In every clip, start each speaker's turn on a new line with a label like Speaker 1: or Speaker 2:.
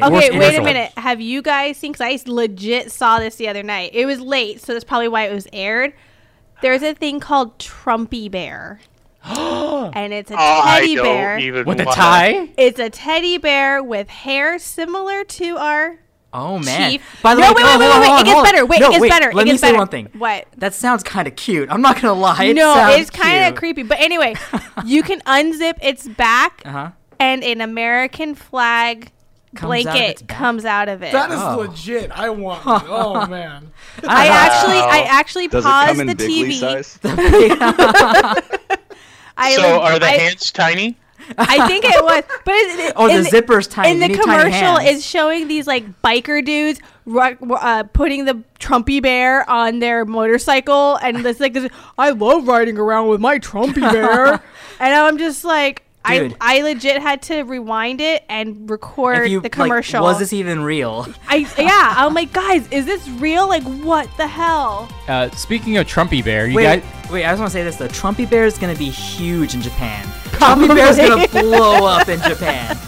Speaker 1: Worst
Speaker 2: Okay, wait a
Speaker 1: commercial.
Speaker 2: minute. Have you guys seen? Because I legit saw this the other night. It was late, so that's probably why it was aired. There's a thing called Trumpy Bear, and it's a
Speaker 3: Oh, I
Speaker 2: teddy
Speaker 3: don't
Speaker 2: bear.
Speaker 3: even
Speaker 1: With a
Speaker 3: wanna-
Speaker 1: tie?
Speaker 2: It's a teddy bear with hair similar to our
Speaker 1: Oh man!
Speaker 2: Chief. No, wait,
Speaker 1: oh,
Speaker 2: wait, wait,
Speaker 1: hold
Speaker 2: wait,
Speaker 1: on,
Speaker 2: it
Speaker 1: hold
Speaker 2: gets
Speaker 1: on.
Speaker 2: better. Wait, it
Speaker 1: No,
Speaker 2: gets better. It
Speaker 1: Let me
Speaker 2: gets
Speaker 1: say
Speaker 2: better.
Speaker 1: one thing.
Speaker 2: What?
Speaker 1: That sounds kind of cute. I'm not gonna lie. It
Speaker 2: no,
Speaker 1: sounds
Speaker 2: it's kind of
Speaker 1: cute.
Speaker 2: creepy. But anyway, you can unzip its back,
Speaker 1: Uh-huh.
Speaker 2: and an American flag
Speaker 1: Comes out of its
Speaker 2: blanket
Speaker 1: back?
Speaker 2: comes out of it.
Speaker 4: That is
Speaker 1: Oh.
Speaker 4: legit. I want. It. Oh man.
Speaker 2: I actually, I actually
Speaker 5: Does it
Speaker 2: paused
Speaker 5: come in
Speaker 2: the
Speaker 5: big Lee
Speaker 2: TV.
Speaker 5: size?
Speaker 2: I
Speaker 3: So
Speaker 2: leg-
Speaker 3: are the
Speaker 2: I,
Speaker 3: hands tiny?
Speaker 2: I think it was, but it, it-
Speaker 1: Oh, the
Speaker 2: in
Speaker 1: zipper's tiny.
Speaker 2: In
Speaker 1: You
Speaker 2: the
Speaker 1: need tiny
Speaker 2: commercial,
Speaker 1: hands.
Speaker 2: is showing these like biker dudes ru- uh, putting the Trumpy bear on their motorcycle, and this like, this, I love riding around with my Trumpy bear, and I'm just like. I,
Speaker 1: Dude.
Speaker 2: I legit had to rewind it and record
Speaker 1: If you,
Speaker 2: the
Speaker 1: like,
Speaker 2: commercial.
Speaker 1: was this even real?
Speaker 2: I yeah, I'm like, guys, is this real? Like, what the hell?
Speaker 6: Uh, speaking of Trumpy Bear, you
Speaker 1: Wait,
Speaker 6: guys.
Speaker 1: wait. I just want to say this: the Trumpy Bear is gonna be huge in Japan. Trumpy Bear is gonna blow up in Japan.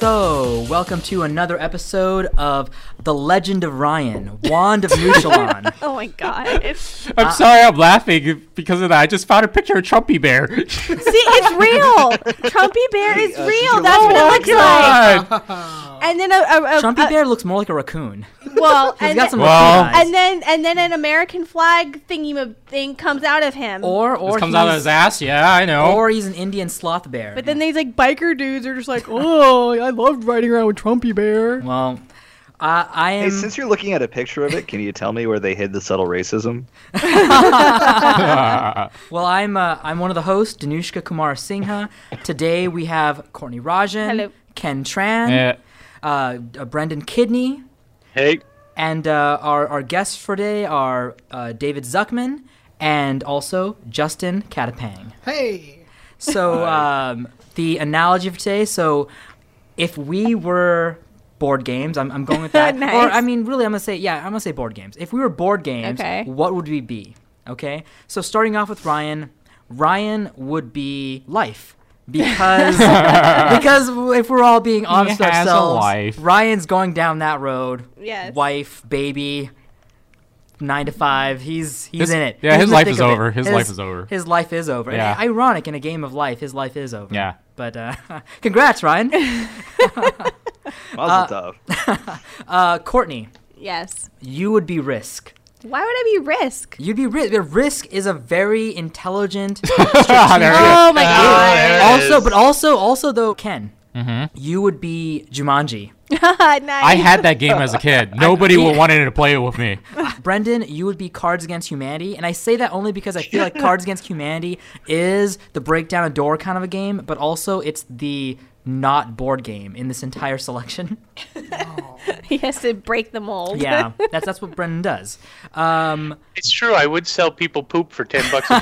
Speaker 1: So, welcome to another episode of The Legend of Ryan, Wand of Mushalon.
Speaker 2: Oh my god!
Speaker 6: I'm
Speaker 1: uh,
Speaker 6: sorry, I'm laughing because of that. I just found a picture of Trumpy Bear.
Speaker 2: See, it's real. Trumpy bear is
Speaker 5: uh, did
Speaker 2: real.
Speaker 5: you
Speaker 2: That's what it
Speaker 5: like-
Speaker 2: looks like.
Speaker 6: God.
Speaker 2: And then a, a, a,
Speaker 1: Trumpy
Speaker 2: a-
Speaker 1: Bear looks more like a raccoon.
Speaker 2: Well,
Speaker 1: He's
Speaker 2: and
Speaker 1: got
Speaker 2: then,
Speaker 1: some
Speaker 6: Well-
Speaker 1: raccoon eyes.
Speaker 2: and then and then an American flag thingy ma- thing comes out of him.
Speaker 1: or or
Speaker 6: This comes out of
Speaker 1: he's-
Speaker 6: his ass. Yeah, I know.
Speaker 1: Or he's an Indian sloth bear.
Speaker 2: but then these like biker dudes are just like, oh, I loved riding around with Trumpy Bear.
Speaker 1: well, I I am.
Speaker 5: Hey, since you're looking at a picture of it, can you tell me where they hid the subtle racism?
Speaker 1: well, I'm uh, I'm one of the hosts, Danushka Kumar Singha. Today we have Courtney Rajan,
Speaker 2: Hello.
Speaker 1: Ken Tran,
Speaker 6: Yeah.
Speaker 1: uh, uh, Brendan Kidney,
Speaker 3: Hey,
Speaker 1: and uh, our our guests for today are uh, David Zuckman and also Justin Katapang.
Speaker 4: Hey.
Speaker 1: So um, the analogy for today. So if we were board games, I'm, I'm going with that.
Speaker 2: Nice.
Speaker 1: Or I mean, really, I'm gonna say yeah, I'm gonna say board games. If we were board games,
Speaker 2: Okay.
Speaker 1: what would we be? Okay. So starting off with Ryan, Ryan would be life. Because because if we're all being honest with
Speaker 6: has a
Speaker 1: ourselves,
Speaker 6: life.
Speaker 1: Ryan's going down that road.
Speaker 2: Yes.
Speaker 1: Wife, baby, nine to five. He's he's
Speaker 6: His-
Speaker 1: in it.
Speaker 6: yeah,
Speaker 1: He's
Speaker 6: his
Speaker 1: in the
Speaker 6: life
Speaker 1: thick
Speaker 6: is
Speaker 1: of it.
Speaker 6: over. His life is over.
Speaker 1: His life is over. And
Speaker 6: Yeah.
Speaker 1: ironic in a game of life, his life is over.
Speaker 6: Yeah.
Speaker 1: But uh, congrats, Ryan.
Speaker 5: Mazel tov.
Speaker 1: Uh, Courtney,
Speaker 2: Yes.
Speaker 1: you would be Risk.
Speaker 2: Why would I be risk?
Speaker 1: You'd be Risk. Risk is a very intelligent.
Speaker 6: There it is. Ah,
Speaker 2: Oh my
Speaker 3: there
Speaker 1: also,
Speaker 3: is.
Speaker 1: but also, also though, Ken,
Speaker 6: Mm-hmm.
Speaker 1: you would be Jumanji.
Speaker 2: god!
Speaker 6: I
Speaker 2: nice.
Speaker 6: had that game as a kid. Nobody would wanted to play it with me.
Speaker 2: Ah.
Speaker 1: Brendan, you would be Cards Against Humanity, and I say that only because I feel like Cards Against Humanity is the break down a door kind of a game, but also it's the not board game in this entire selection.
Speaker 2: he has to break the mold.
Speaker 1: Yeah, that's that's what Brendan does. Um,
Speaker 3: it's true. I would sell people poop for ten bucks a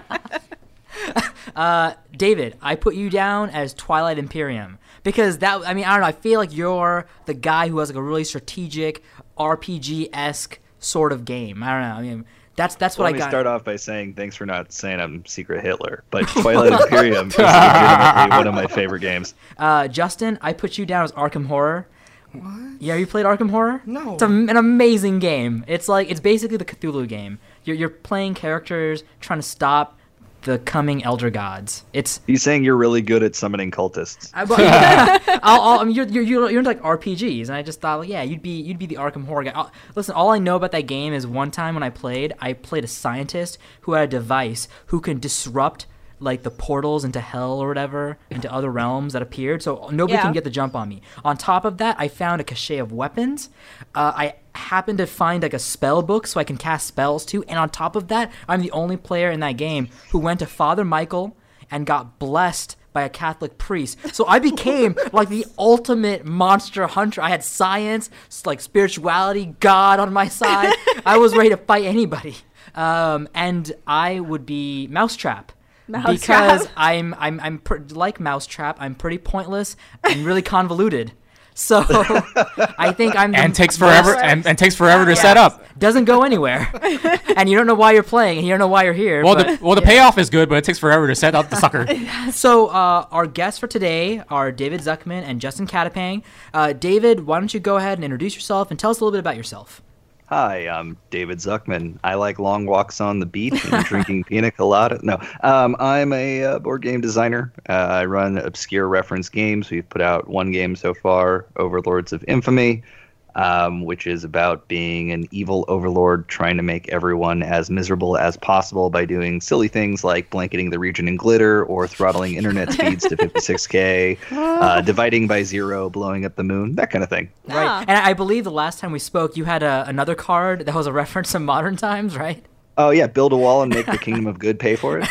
Speaker 3: pop.
Speaker 1: David, I put you down as Twilight Imperium because that I mean I don't know I feel like you're the guy who has like a really strategic RPG esque sort of game. I don't know. I mean that's that's what
Speaker 5: Let
Speaker 1: I
Speaker 5: me
Speaker 1: got.
Speaker 5: start off by saying thanks for not saying I'm Secret Hitler, but Twilight Imperium is legitimately one of my favorite games.
Speaker 1: Uh, Justin, I put you down as Arkham Horror. What? Yeah, you played Arkham Horror?
Speaker 4: No.
Speaker 1: It's a, an amazing game. It's like it's basically the Cthulhu game. You're you're playing characters trying to stop the coming elder gods. It's
Speaker 5: He's saying you're really good at summoning cultists.
Speaker 1: I, but, I'll, I'll, I mean, you're, you're, you're, you're into like RPGs, and I just thought, like, yeah, you'd be you'd be the Arkham Horror guy. I'll- listen, all I know about that game is one time when I played, I played a scientist who had a device who can disrupt like the portals into hell or whatever into other realms that appeared, so nobody
Speaker 2: Yeah.
Speaker 1: can get the jump on me. On top of that, I found a cachet of weapons. Uh, I happened to find like a spell book so I can cast spells too, and on top of that, I'm the only player in that game who went to Father Michael and got blessed by a Catholic priest. So I became like the ultimate monster hunter. I had science, s- like spirituality, God on my side. I was ready to fight anybody. Um, and I would be Mousetrap.
Speaker 2: Mousetrap.
Speaker 1: Because I'm I'm I'm pr- like Mousetrap. I'm pretty pointless and really convoluted. So I think I'm the
Speaker 6: and takes forever
Speaker 1: most-
Speaker 6: and, and takes forever to set up.
Speaker 1: doesn't go anywhere, and you don't know why you're playing, and you don't know why you're here.
Speaker 6: Well,
Speaker 1: but-
Speaker 6: the well the payoff is good, but it takes forever to set up the sucker.
Speaker 1: so uh, our guests for today are David Zuckman and Justin Catapang. Uh, David, why don't you go ahead and introduce yourself and tell us a little bit about yourself?
Speaker 5: Hi, I'm David Zuckman. I like long walks on the beach and drinking pina colada. No, um, I'm a uh, board game designer. Uh, I run obscure reference games. We've put out one game so far, Overlords of Infamy, um, which is about being an evil overlord trying to make everyone as miserable as possible by doing silly things like blanketing the region in glitter or throttling internet speeds to 56k, uh, dividing by zero, blowing up the moon, that kind of thing.
Speaker 1: Right, and I I believe the last time we spoke, you had a, another card that was a reference to modern times, right?
Speaker 5: Oh yeah, build a wall and make the kingdom of good pay for it.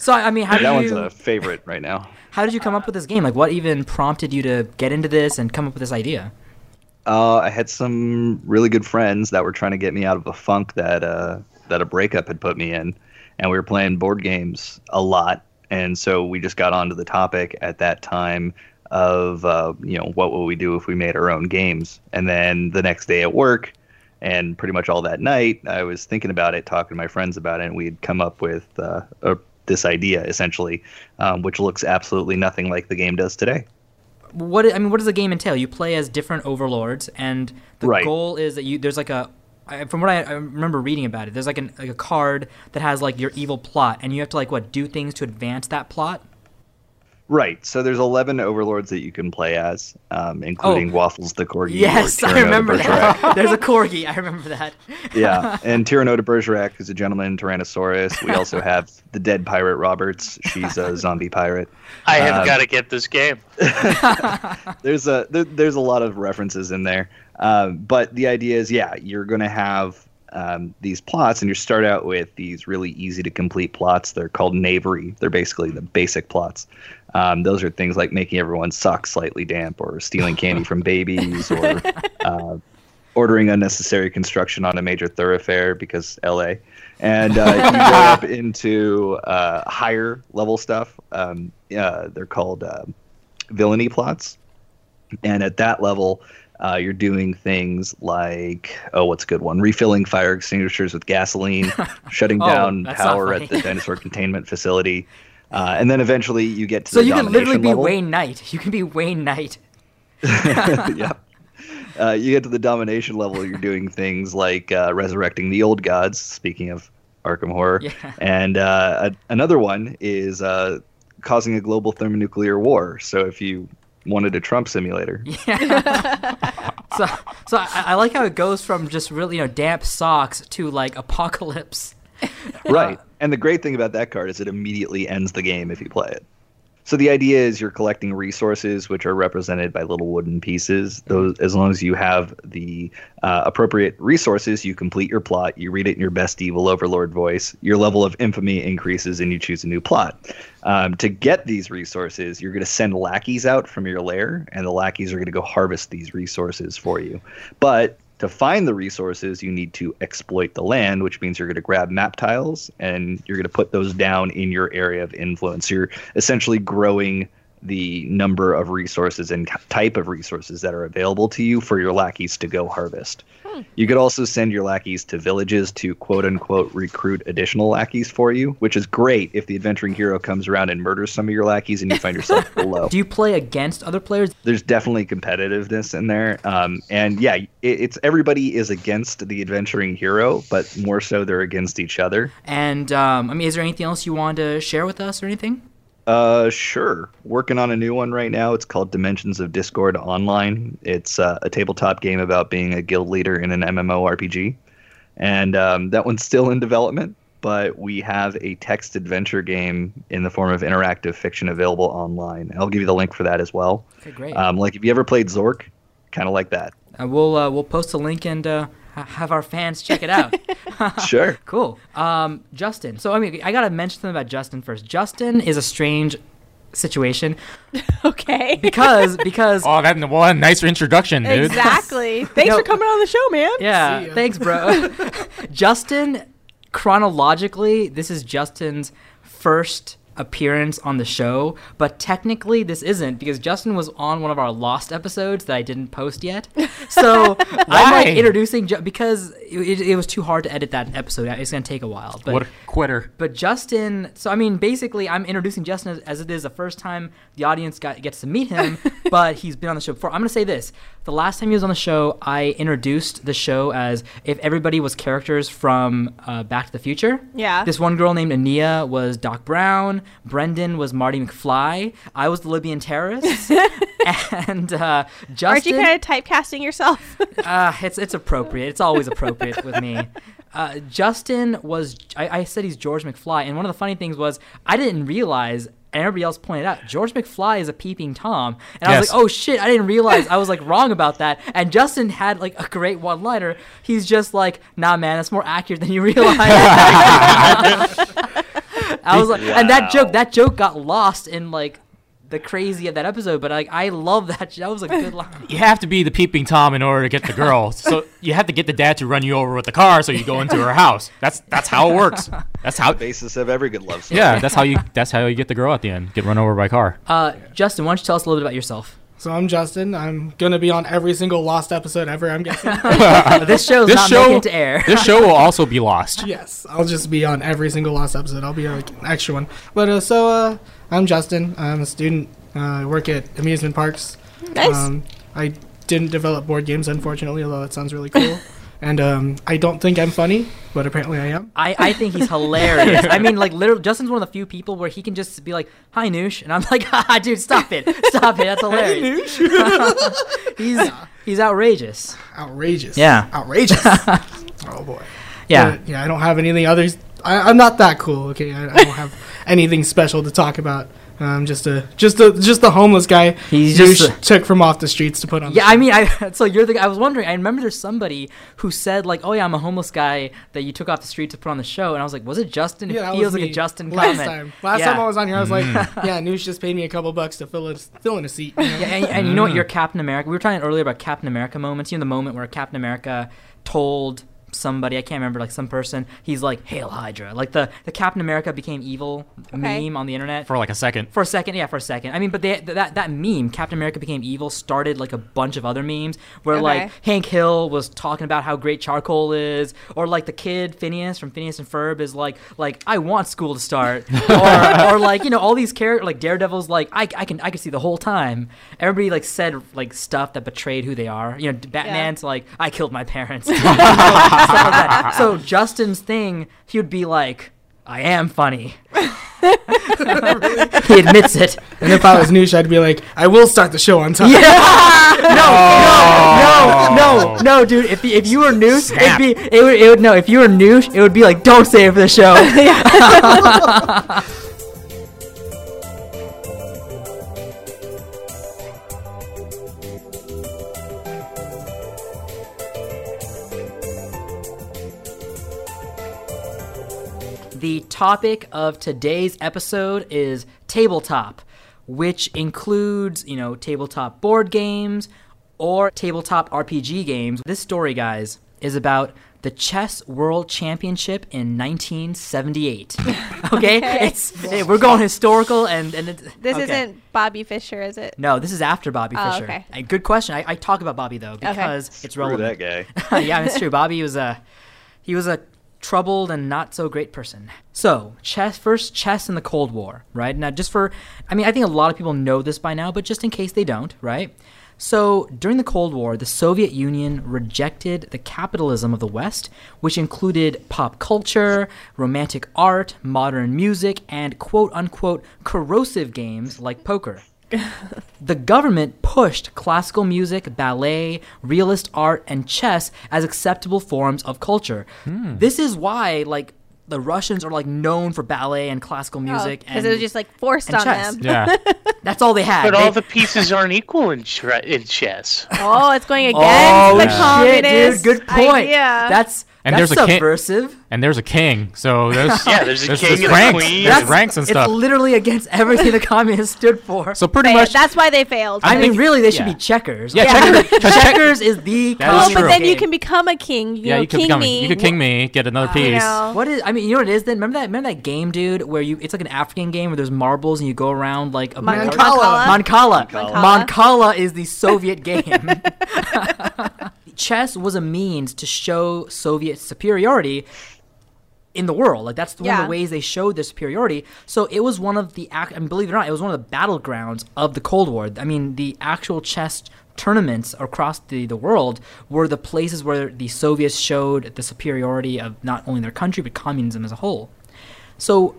Speaker 1: So I I mean, how
Speaker 5: that
Speaker 1: did
Speaker 5: one's
Speaker 1: you
Speaker 5: a favorite right now.
Speaker 1: how did you come up with this game? Like, what even prompted you to get into this and come up with this idea?
Speaker 5: Uh, I had some really good friends that were trying to get me out of a funk that uh, that a breakup had put me in, and we were playing board games a lot, and so we just got onto the topic at that time of uh, you know what would we do if we made our own games, and then the next day at work, and pretty much all that night, I was thinking about it, talking to my friends about it, and we'd come up with uh, a, this idea essentially, um, which looks absolutely nothing like the game does today.
Speaker 1: what I I mean, what does the game entail? You play as different overlords, and the
Speaker 5: Right.
Speaker 1: goal is that you there's like a I- from what I, I remember reading about it, there's like an like a card that has like your evil plot, and you have to like what do things to advance that plot.
Speaker 5: Right. So there's 11 overlords that you can play as, um, including
Speaker 1: Oh.
Speaker 5: Waffles the Corgi.
Speaker 1: Yes,
Speaker 5: or
Speaker 1: I
Speaker 5: Cyrano de
Speaker 1: remember
Speaker 5: Bergerac.
Speaker 1: that. There's a corgi. I remember that.
Speaker 5: yeah. And Cyrano de Bergerac, who's a gentleman, Tyrannosaurus. We also have the dead pirate Roberts. She's a zombie pirate.
Speaker 3: I have
Speaker 5: Um,
Speaker 3: got to get this game.
Speaker 5: there's a there, there's a lot of references in there. Um, but the idea is, yeah, you're going to have um, these plots, and you start out with these really easy to complete plots. They're called knavery. They're basically the basic plots. Um, those are things like making everyone's socks slightly damp, or stealing candy from babies, or uh, ordering unnecessary construction on a major thoroughfare because LA. And uh, you go up into uh, higher level stuff. Um, uh, they're called uh, villainy plots. And at that level, uh, you're doing things like, oh, what's a good one? Refilling fire extinguishers with gasoline, shutting
Speaker 1: Oh,
Speaker 5: down
Speaker 1: that's not
Speaker 5: power
Speaker 1: funny.
Speaker 5: at the dinosaur containment facility. Uh, and then eventually you get to
Speaker 1: So
Speaker 5: the
Speaker 1: you can literally
Speaker 5: domination
Speaker 1: be
Speaker 5: level.
Speaker 1: Wayne Knight. You can be Wayne Knight.
Speaker 5: yep. Uh, you get to the domination level, you're doing things like uh, resurrecting the old gods, speaking of Arkham Horror.
Speaker 1: Yeah.
Speaker 5: And uh, a- another one is uh, causing a global thermonuclear war. So if you wanted a Trump simulator,
Speaker 1: So so I, I like how it goes from just really you know damp socks to like apocalypse.
Speaker 5: right. And the great thing about that card is it immediately ends the game if you play it. So the idea is you're collecting resources, which are represented by little wooden pieces. Those, as long as you have the uh, appropriate resources, you complete your plot. You read it in your best evil overlord voice. Your level of infamy increases, and you choose a new plot. Um, to get these resources, you're going to send lackeys out from your lair, and the lackeys are going to go harvest these resources for you. But to find the resources, you need to exploit the land, which means you're going to grab map tiles and you're going to put those down in your area of influence. You're essentially growing the number of resources and ki- type of resources that are available to you for your lackeys to go harvest. You could also send your lackeys to villages to quote unquote recruit additional lackeys for you, which is great if the adventuring hero comes around and murders some of your lackeys and you find yourself below
Speaker 1: Do you play against other players?
Speaker 5: there's definitely competitiveness in there. Um, and yeah, it, it's everybody is against the adventuring hero, but more so they're against each other.
Speaker 1: And um, I mean, is there anything else you want to share with us or anything?
Speaker 5: Uh, sure. Working on a new one right now. It's called Dimensions of Discord Online. It's uh, a tabletop game about being a guild leader in an MMORPG, and um, that one's still in development. But we have a text adventure game in the form of interactive fiction available online. I'll give you the link for that as well.
Speaker 1: Okay, great.
Speaker 5: Um, like, if you ever played Zork? Kind of like that.
Speaker 1: Uh, we'll uh, we'll post a link and uh, ha- have our fans check it out.
Speaker 5: Sure.
Speaker 1: Cool. Um, Justin. So I mean, I gotta mention something about Justin first. Justin is a strange situation
Speaker 2: Okay.
Speaker 1: because because
Speaker 6: Oh, that what a nice introduction, dude.
Speaker 2: exactly. Thanks
Speaker 1: No.
Speaker 2: for coming on the show, man.
Speaker 4: See
Speaker 1: yeah.
Speaker 4: ya.
Speaker 1: Thanks, bro. Justin. Chronologically, this is Justin's first appearance on the show, but technically this isn't because Justin was on one of our lost episodes that I didn't post yet. So I'm
Speaker 6: Why?
Speaker 1: like introducing Ju- because it, it was too hard to edit that episode. It's gonna take a while. But
Speaker 6: What a quitter.
Speaker 1: But Justin, so I mean, basically, I'm introducing Justin as, as it is the first time the audience got, gets to meet him, but he's been on the show before. I'm going to say this. The last time he was on the show, I introduced the show as if everybody was characters from uh, Back to the Future.
Speaker 2: Yeah.
Speaker 1: This one girl named Ania was Doc Brown, Brendan was Marty McFly, I was the Libyan terrorist, and uh, Justin.
Speaker 2: Aren't you kind of typecasting yourself?
Speaker 1: Uh, it's it's appropriate. It's always appropriate with me. Uh, Justin was. I, I said he's George McFly, and one of the funny things was I didn't realize, and everybody else pointed out George McFly is a peeping tom, and I was
Speaker 6: Yes.
Speaker 1: like, oh shit, I didn't realize I was like wrong about that. And Justin had like a great one liner. He's just like, nah, man, that's more accurate than you realize. I was like, and that joke, that joke got lost in like the crazy of that episode. But like, I love that. That was a good line.
Speaker 6: You have to be the peeping tom in order to get the girl. so you have to get the dad to run you over with the car, so you go into her house. That's that's how it works. That's how.
Speaker 5: Basis of every good love story.
Speaker 6: Yeah, that's how you. That's how you get the girl at the end. Get run over by a car.
Speaker 1: Uh, Justin, why don't you tell us a little bit about yourself?
Speaker 4: So I'm Justin. I'm gonna be on every single Lost episode ever. I'm guessing. Uh,
Speaker 1: This show's
Speaker 6: This
Speaker 1: not
Speaker 6: show-
Speaker 1: making it to air.
Speaker 6: this show will also be lost.
Speaker 4: yes, I'll just be on every single Lost episode. I'll be like an extra one. But uh, so uh, I'm Justin. I'm a student. Uh, I work at amusement parks.
Speaker 2: Nice.
Speaker 4: Um, I didn't develop board games, unfortunately, although it sounds really cool. and um, I don't think I'm funny, but apparently I am.
Speaker 1: I, I think he's hilarious. I mean, like, literally, Justin's one of the few people where he can just be like, "Hi, Noosh," and I'm like, "Haha, dude, stop it, stop it, that's hilarious." he's he's outrageous.
Speaker 4: Outrageous.
Speaker 1: Yeah.
Speaker 4: Outrageous. oh boy.
Speaker 1: Yeah,
Speaker 4: But, yeah, I don't have anything others. I, I'm not that cool. Okay, I, I don't have anything special to talk about. I'm just a just a just a homeless guy.
Speaker 1: He's
Speaker 4: you
Speaker 1: just
Speaker 4: sh-
Speaker 1: a-
Speaker 4: took from off the streets to put on.
Speaker 1: yeah.
Speaker 4: the
Speaker 1: I mean, I so you're the. I was wondering. I remember there's somebody who said like, "Oh yeah, I'm a homeless guy that you took off the street to put on the show," and I was like, "Was it Justin?" It
Speaker 4: Yeah, that
Speaker 1: feels
Speaker 4: was
Speaker 1: like a
Speaker 4: me
Speaker 1: Justin
Speaker 4: last
Speaker 1: comment.
Speaker 4: time. Last
Speaker 1: Yeah.
Speaker 4: time I was on here, I was like,
Speaker 3: Mm.
Speaker 4: "Yeah, Noosh just paid me a couple bucks to fill a, fill in a seat." you know?
Speaker 1: Yeah, and, and you know what? Your Captain America. We were talking earlier about Captain America moments. You know the moment where Captain America told somebody I can't remember, like some person, he's like, "Hail Hydra!" Like the the Captain America became evil
Speaker 2: Okay.
Speaker 1: meme on the internet. For-
Speaker 6: for like a second.
Speaker 1: a second, yeah, for a second. I mean, but they, th- that that meme, Captain America became evil, started like a bunch of other memes where
Speaker 2: Okay.
Speaker 1: like Hank Hill was talking about how great charcoal is, or like the kid Phineas from Phineas and Ferb is like like I want school to start, or, or like you know all these characters like Daredevil's like I, I can I can see the whole time. Everybody like said like stuff that betrayed who they are. You know Batman's like I killed my parents. You know, stuff like that. So Justin's thing he would be like I am funny. he admits it.
Speaker 4: and if I was Noosh, I'd be like, "I will start the show on time."
Speaker 1: No, no, no, dude. If, if you were Noosh, it'd
Speaker 6: Snap.
Speaker 1: be it would, it would no. If you were Noosh, it would be like don't say it for the show. The topic of today's episode is tabletop, which includes, you know, tabletop board games or tabletop RPG games. This story, guys, is about the Chess World Championship in 1978. okay? It's eh, we're going historical and and it's,
Speaker 2: This
Speaker 1: okay.
Speaker 2: isn't Bobby Fisher, is it?
Speaker 1: No, this is after Bobby
Speaker 2: Oh,
Speaker 1: Fischer.
Speaker 2: okay.
Speaker 1: Eh, Good question. I, I talk about Bobby though because it's
Speaker 5: Screw
Speaker 1: relevant.
Speaker 5: that guy.
Speaker 1: yeah, it's true. Bobby was a he was a troubled and not so great person. So chess first chess in the Cold War, right? Now just for I mean I think a lot of people know this by now, but just in case they don't, right? So during the Cold War, the Soviet Union rejected the capitalism of the West, which included pop culture, romantic art, modern music, and quote unquote corrosive games like poker. The government pushed classical music, ballet,
Speaker 6: Hmm.
Speaker 1: realist art, and chess as acceptable forms of culture. This is why, like, the Russians are like known for ballet and classical music,
Speaker 2: because
Speaker 1: and
Speaker 2: Oh, it was just like forced
Speaker 1: and
Speaker 2: on
Speaker 1: chess.
Speaker 2: them.
Speaker 6: Yeah.
Speaker 1: that's all they had.
Speaker 3: But
Speaker 1: They-
Speaker 3: all the pieces aren't equal in, tre- in chess.
Speaker 2: Oh, it's going against
Speaker 1: oh
Speaker 2: the
Speaker 1: shit,
Speaker 2: communist
Speaker 1: dude, good point.
Speaker 2: idea.
Speaker 1: That's
Speaker 6: And
Speaker 1: that's
Speaker 6: there's a kid-
Speaker 1: subversive.
Speaker 6: and there's a king, so there's
Speaker 3: Yeah, there's a king and a
Speaker 6: ranks,
Speaker 3: queen.
Speaker 6: There's
Speaker 3: That's-
Speaker 6: ranks and stuff.
Speaker 1: It's literally against everything the communists stood for.
Speaker 6: so pretty
Speaker 2: Fa-
Speaker 6: much,
Speaker 2: that's why they failed.
Speaker 1: I mean,
Speaker 6: think-
Speaker 1: really, they should
Speaker 6: yeah.
Speaker 1: be checkers.
Speaker 6: yeah,
Speaker 1: Like,
Speaker 6: check it- check-
Speaker 1: checkers is the.
Speaker 6: That
Speaker 2: oh,
Speaker 6: is
Speaker 1: communist
Speaker 2: but
Speaker 6: true.
Speaker 2: then you
Speaker 1: game.
Speaker 2: can become a king. You
Speaker 6: yeah,
Speaker 2: know,
Speaker 6: you could
Speaker 2: king
Speaker 6: become,
Speaker 2: me.
Speaker 6: you could king me, get another piece.
Speaker 2: know.
Speaker 1: What is? I mean, you know what it is. Then remember that. Remember that game, dude, where you it's like an African game where there's marbles and you go around like a
Speaker 2: Mon-
Speaker 4: Mancala.
Speaker 1: Mancala.
Speaker 5: Mancala.
Speaker 1: Mancala is the Soviet game. Chess was a means to show Soviet superiority in the world. Like that's one of
Speaker 2: Yeah.
Speaker 1: the ways they showed their superiority. So it was one of the ac- I mean, believe it or not, it was one of the battlegrounds of the Cold War. I mean, the actual chess tournaments across the, the world were the places where the Soviets showed the superiority of not only their country but communism as a whole. So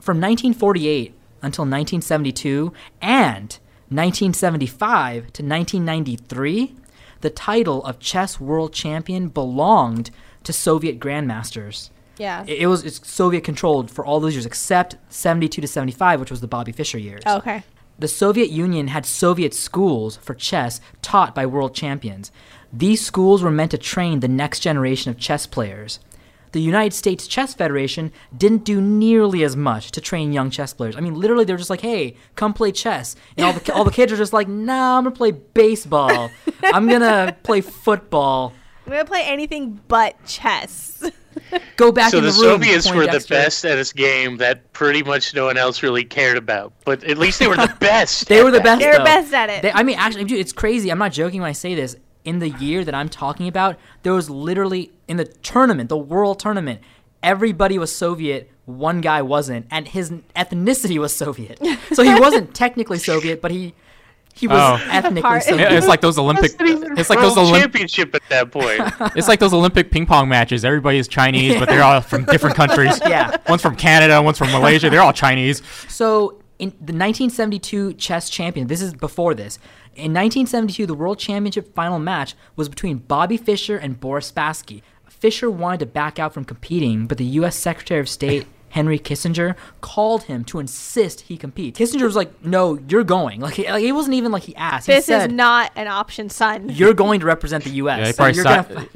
Speaker 1: from 1948 until 1972 and 1975 to 1993, the title of chess world champion belonged to Soviet grandmasters.
Speaker 2: Yeah.
Speaker 1: It, it was it's Soviet controlled for all those years except 72 to 75, which was the Bobby Fischer years.
Speaker 2: Oh, okay.
Speaker 1: The Soviet Union had Soviet schools for chess taught by world champions. These schools were meant to train the next generation of chess players. The United States Chess Federation didn't do nearly as much to train young chess players. I mean, literally, they were just like, "Hey, come play chess," and all the ki- all the kids are just like, "Nah, I'm gonna play baseball. I'm gonna play football.
Speaker 2: I'm gonna play anything but chess.
Speaker 1: Go back
Speaker 3: so
Speaker 1: in
Speaker 3: the,
Speaker 1: the, room."
Speaker 3: Soviets were the
Speaker 1: Poindexter.
Speaker 3: best at this game that pretty much no one else really cared about. But at least they were the best.
Speaker 1: They
Speaker 3: at
Speaker 1: were the
Speaker 3: that.
Speaker 1: best.
Speaker 2: They're
Speaker 1: though.
Speaker 2: best at it.
Speaker 1: They- I mean, actually, dude, it's crazy. I'm not joking when I say this. In the year that I'm talking about, there was literally in the tournament, the world tournament, everybody was Soviet. One guy wasn't, and his ethnicity was Soviet. So he wasn't technically Soviet, but he he was
Speaker 6: Oh.
Speaker 1: ethnically
Speaker 2: Part-
Speaker 1: Soviet.
Speaker 6: Yeah, it's like those Olympic.
Speaker 3: Not even
Speaker 6: It's like
Speaker 3: world
Speaker 6: those Olympic.
Speaker 3: championship at that point.
Speaker 6: It's like those Olympic ping pong matches. Everybody's Chinese, but they're all from different countries.
Speaker 1: Yeah.
Speaker 6: One's from Canada, one's from Malaysia. They're all Chinese.
Speaker 1: So in the 1972 chess champion, this is before this. In 1972, the world championship final match was between Bobby Fischer and Boris Spassky. Fischer wanted to back out from competing, but the U.S. Secretary of State Henry Kissinger called him to insist he compete. Kissinger was like, "No, you're going." Like, he, like it wasn't even like he asked.
Speaker 2: this
Speaker 1: he said,
Speaker 2: is not an option, son.
Speaker 1: "You're going to represent the U.S."
Speaker 6: Yeah, they
Speaker 1: So
Speaker 6: probably,
Speaker 1: you're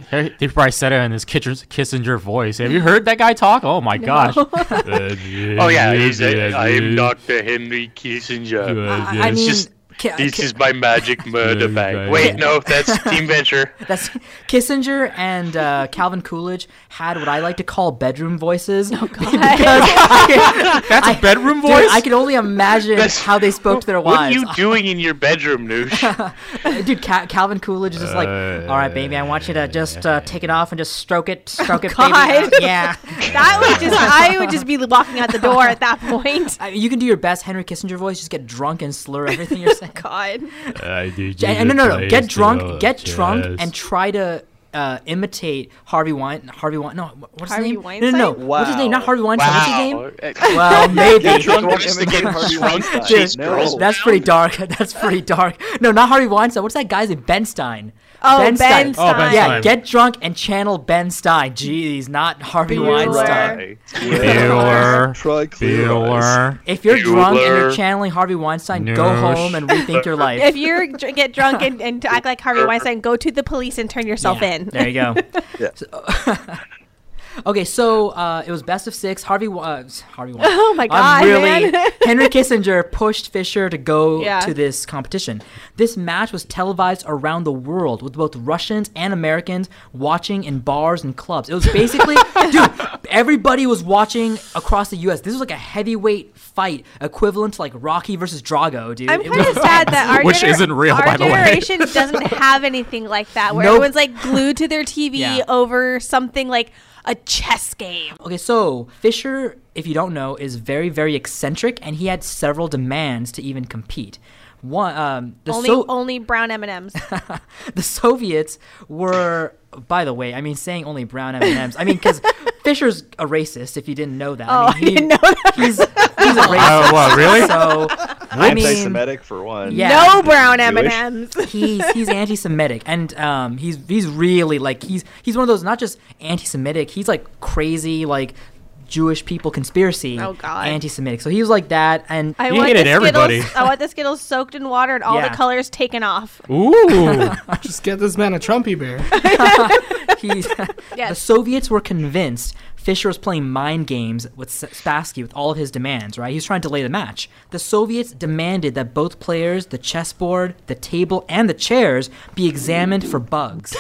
Speaker 6: said,
Speaker 1: gonna-
Speaker 6: they probably said it in his Kitchers- Kissinger voice. Have you heard that guy talk? Oh my gosh.
Speaker 3: oh
Speaker 6: oh
Speaker 3: yeah, he's a, I am Dr. Henry Kissinger.
Speaker 1: I, I mean,
Speaker 3: just-
Speaker 1: Ki-
Speaker 3: This
Speaker 1: Ki-
Speaker 3: is my magic murder
Speaker 6: Yeah,
Speaker 3: bag.
Speaker 6: right.
Speaker 3: Wait, no, that's Team Venture.
Speaker 1: That's Kissinger and uh, Calvin Coolidge had what I like to call bedroom voices. Oh God! because I,
Speaker 6: That's a bedroom
Speaker 1: dude,
Speaker 6: voice.
Speaker 1: I can only imagine
Speaker 3: That's-
Speaker 1: how they spoke to their
Speaker 3: What are
Speaker 1: wives.
Speaker 3: you doing in your bedroom, Noosh?
Speaker 1: Dude, Ca- Calvin Coolidge is just like, "All right, baby, I want you to just uh, take it off and just stroke it, stroke it, baby."
Speaker 2: God.
Speaker 1: Yeah,
Speaker 2: That would just I would just be walking out the door at that point.
Speaker 1: I- Uh, you can do your best Henry Kissinger voice. Just get drunk and slur everything you're saying.
Speaker 2: God.
Speaker 1: And, no, no, no. Get drunk, get drunk, and try to uh, imitate Harvey Wein. Harvey Wein. No, what's
Speaker 2: Harvey
Speaker 1: his name? No, no, no. What's his name? Not
Speaker 5: Wow.
Speaker 1: Harvey Weinstein. What's his
Speaker 5: Oh,
Speaker 1: name?
Speaker 3: Wow.
Speaker 1: Well, maybe.
Speaker 5: Get drunk
Speaker 3: Wants
Speaker 5: and
Speaker 3: to get
Speaker 5: imitate Harvey
Speaker 3: drunk.
Speaker 5: Weinstein.
Speaker 3: Jeez,
Speaker 5: No.
Speaker 6: Oh.
Speaker 3: girls.
Speaker 1: That's pretty dark. That's pretty dark. No, not Harvey Weinstein. What's that guy's name? Ben Stein.
Speaker 2: Oh, Ben
Speaker 6: Oh, Ben
Speaker 2: Stein.
Speaker 1: Yeah,
Speaker 6: Stein.
Speaker 1: get drunk and channel Ben Stein. Jeez, not Harvey
Speaker 2: Bueller.
Speaker 1: Weinstein.
Speaker 5: Right.
Speaker 6: Bueller.
Speaker 5: Try clear eyes.
Speaker 6: Bueller.
Speaker 1: If you're drunk and you're
Speaker 3: Bueller.
Speaker 1: channeling Harvey Weinstein, go
Speaker 6: Noosh.
Speaker 1: home and rethink your life.
Speaker 2: If you dr- get drunk and, and act like Harvey Weinstein, go to the police and turn yourself
Speaker 1: Yeah,
Speaker 2: in.
Speaker 1: There you go.
Speaker 5: Yeah.
Speaker 1: So- okay, so uh, it was best of six. Harvey, Wa- uh, Harvey. Wa-
Speaker 2: Oh my God,
Speaker 1: I'm really
Speaker 2: man.
Speaker 1: Henry Kissinger pushed Fisher to go
Speaker 2: Yeah.
Speaker 1: to this competition. This match was televised around the world with both Russians and Americans watching in bars and clubs. It was basically, dude, everybody was watching across the U.S. This was like a heavyweight fight equivalent to like Rocky versus Drago, dude.
Speaker 2: I'm
Speaker 1: It
Speaker 2: kind
Speaker 1: was-
Speaker 2: of sad that our
Speaker 6: Which
Speaker 2: gener-
Speaker 6: isn't real,
Speaker 2: our
Speaker 6: by the way.
Speaker 2: generation doesn't have anything like that, where
Speaker 1: Nope.
Speaker 2: everyone's like glued to their TV
Speaker 1: Yeah.
Speaker 2: over something like a chess game.
Speaker 1: Okay, so Fisher, if you don't know, is very, very eccentric, and he had several demands to even compete. One, um, the,
Speaker 2: Only
Speaker 1: So-
Speaker 2: only brown M and M's.
Speaker 1: the Soviets were, by the way, I mean saying only brown M and M's. I mean because Fisher's a racist. If you didn't know that,
Speaker 2: Oh, I
Speaker 1: mean, he-
Speaker 2: didn't know that.
Speaker 1: He's, he's a racist.
Speaker 6: Oh, what, really?
Speaker 1: So I mean,
Speaker 5: Anti-Semitic for one.
Speaker 1: Yeah.
Speaker 2: No brown M
Speaker 5: Jewish.
Speaker 2: and M's.
Speaker 1: he's he's anti-Semitic, and um, he's he's really like he's he's one of those not just anti-Semitic. He's like crazy, like Jewish people conspiracy,
Speaker 2: Oh, God.
Speaker 1: anti-Semitic. So he was like that, and
Speaker 2: I
Speaker 6: You
Speaker 2: want
Speaker 6: hated
Speaker 2: the Skittles-
Speaker 6: everybody.
Speaker 2: I want the Skittles soaked in water and all
Speaker 1: Yeah.
Speaker 2: the colors taken off.
Speaker 6: Ooh.
Speaker 4: Just get this man a Trumpy bear.
Speaker 1: he, the
Speaker 2: Yes.
Speaker 1: Soviets were convinced Fisher was playing mind games with S- Spassky with all of his demands, right? He was trying to delay the match. The Soviets demanded that both players, the chessboard, the table, and the chairs be examined for bugs.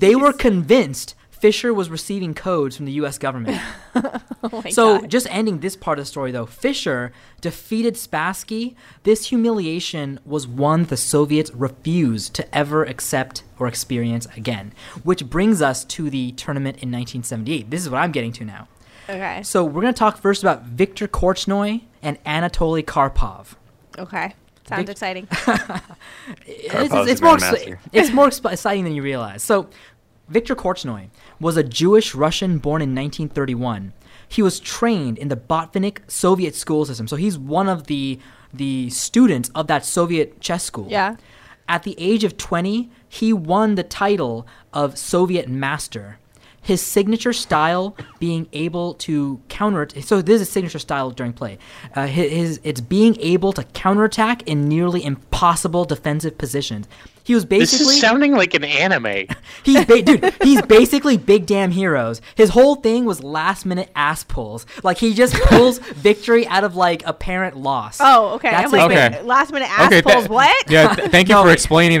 Speaker 1: they were convinced Fisher was receiving codes from the US government.
Speaker 2: Oh my
Speaker 1: So,
Speaker 2: God.
Speaker 1: just ending this part of the story though, Fisher defeated Spassky. This humiliation was one the Soviets refused to ever accept or experience again, which brings us to the tournament in 1978. This is what I'm getting to now.
Speaker 2: okay,
Speaker 1: So, we're going to talk first about Viktor Korchnoi and Anatoly Karpov.
Speaker 2: okay, sounds exciting.
Speaker 1: it's,
Speaker 5: Karpov's
Speaker 1: it's,
Speaker 5: a
Speaker 1: it's more
Speaker 5: grandmaster.
Speaker 1: exci- it's more expi- exciting than you realize. So, Viktor Korchnoi was a Jewish Russian born in 1931. He was trained in the Botvinnik Soviet school system, so he's one of the the students of that Soviet chess school.
Speaker 2: Yeah.
Speaker 1: At the age of 20, he won the title of Soviet master. His signature style being able to counter. So this is signature style during play. Uh, his, his it's being able to counterattack in nearly impossible defensive positions. He was
Speaker 3: This
Speaker 1: basically
Speaker 3: is sounding like an anime.
Speaker 1: He's ba- dude. He's basically big damn heroes. His whole thing was last minute ass pulls. Like he just pulls victory out of like apparent loss.
Speaker 2: Oh, okay.
Speaker 1: That's
Speaker 2: I'm like,
Speaker 1: his
Speaker 6: Okay.
Speaker 2: wait, last minute ass
Speaker 6: Okay.
Speaker 2: pulls.
Speaker 6: th-
Speaker 2: what?
Speaker 6: Yeah. th- thank you for explaining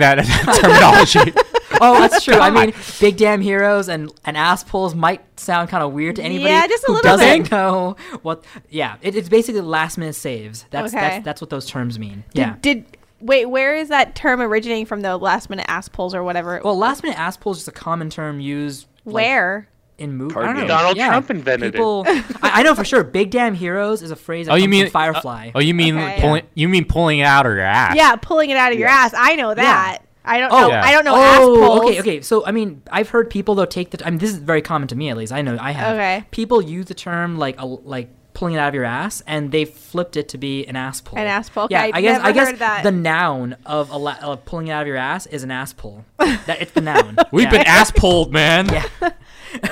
Speaker 6: that terminology.
Speaker 1: oh, that's true. I mean, big damn heroes and, and ass pulls might sound kind of weird to anybody
Speaker 2: Yeah, just a
Speaker 1: who
Speaker 2: little
Speaker 1: doesn't
Speaker 2: bit.
Speaker 1: know what. Yeah, it, it's basically last minute saves. That's
Speaker 2: Okay.
Speaker 1: that's that's what those terms mean. Yeah.
Speaker 2: Did wait? Where is that term originating from? The last minute ass pulls or whatever.
Speaker 1: well, last minute ass pulls is just a common term used. like,
Speaker 2: where?
Speaker 1: in movies?
Speaker 5: Card game.
Speaker 3: Donald Trump invented it.
Speaker 1: People, I, I know for sure. Big damn heroes is a phrase. That
Speaker 6: Oh,
Speaker 1: comes
Speaker 6: you mean
Speaker 1: from Firefly?
Speaker 6: Oh, you mean
Speaker 2: Okay.
Speaker 6: pulling? You mean pulling it out of your ass?
Speaker 2: yeah, pulling it out of your ass. I know that. I don't know.
Speaker 1: Yeah.
Speaker 2: I don't know ass
Speaker 1: Oh,
Speaker 2: pulls.
Speaker 1: okay, okay. So I mean, I've heard people though take the. I mean, this is very common to me at least. I know I have.
Speaker 2: Okay.
Speaker 1: People use the term like a, like pulling it out of your ass, and they flipped it to be an ass pull.
Speaker 2: An ass pull. Okay,
Speaker 1: Yeah,
Speaker 2: I've
Speaker 1: I guess I
Speaker 2: never
Speaker 1: guess
Speaker 2: heard that.
Speaker 1: the noun of a la- of pulling it out of your ass is an ass pull. That it's the noun.
Speaker 6: We've
Speaker 1: Yeah.
Speaker 6: been ass pulled, man. Yeah.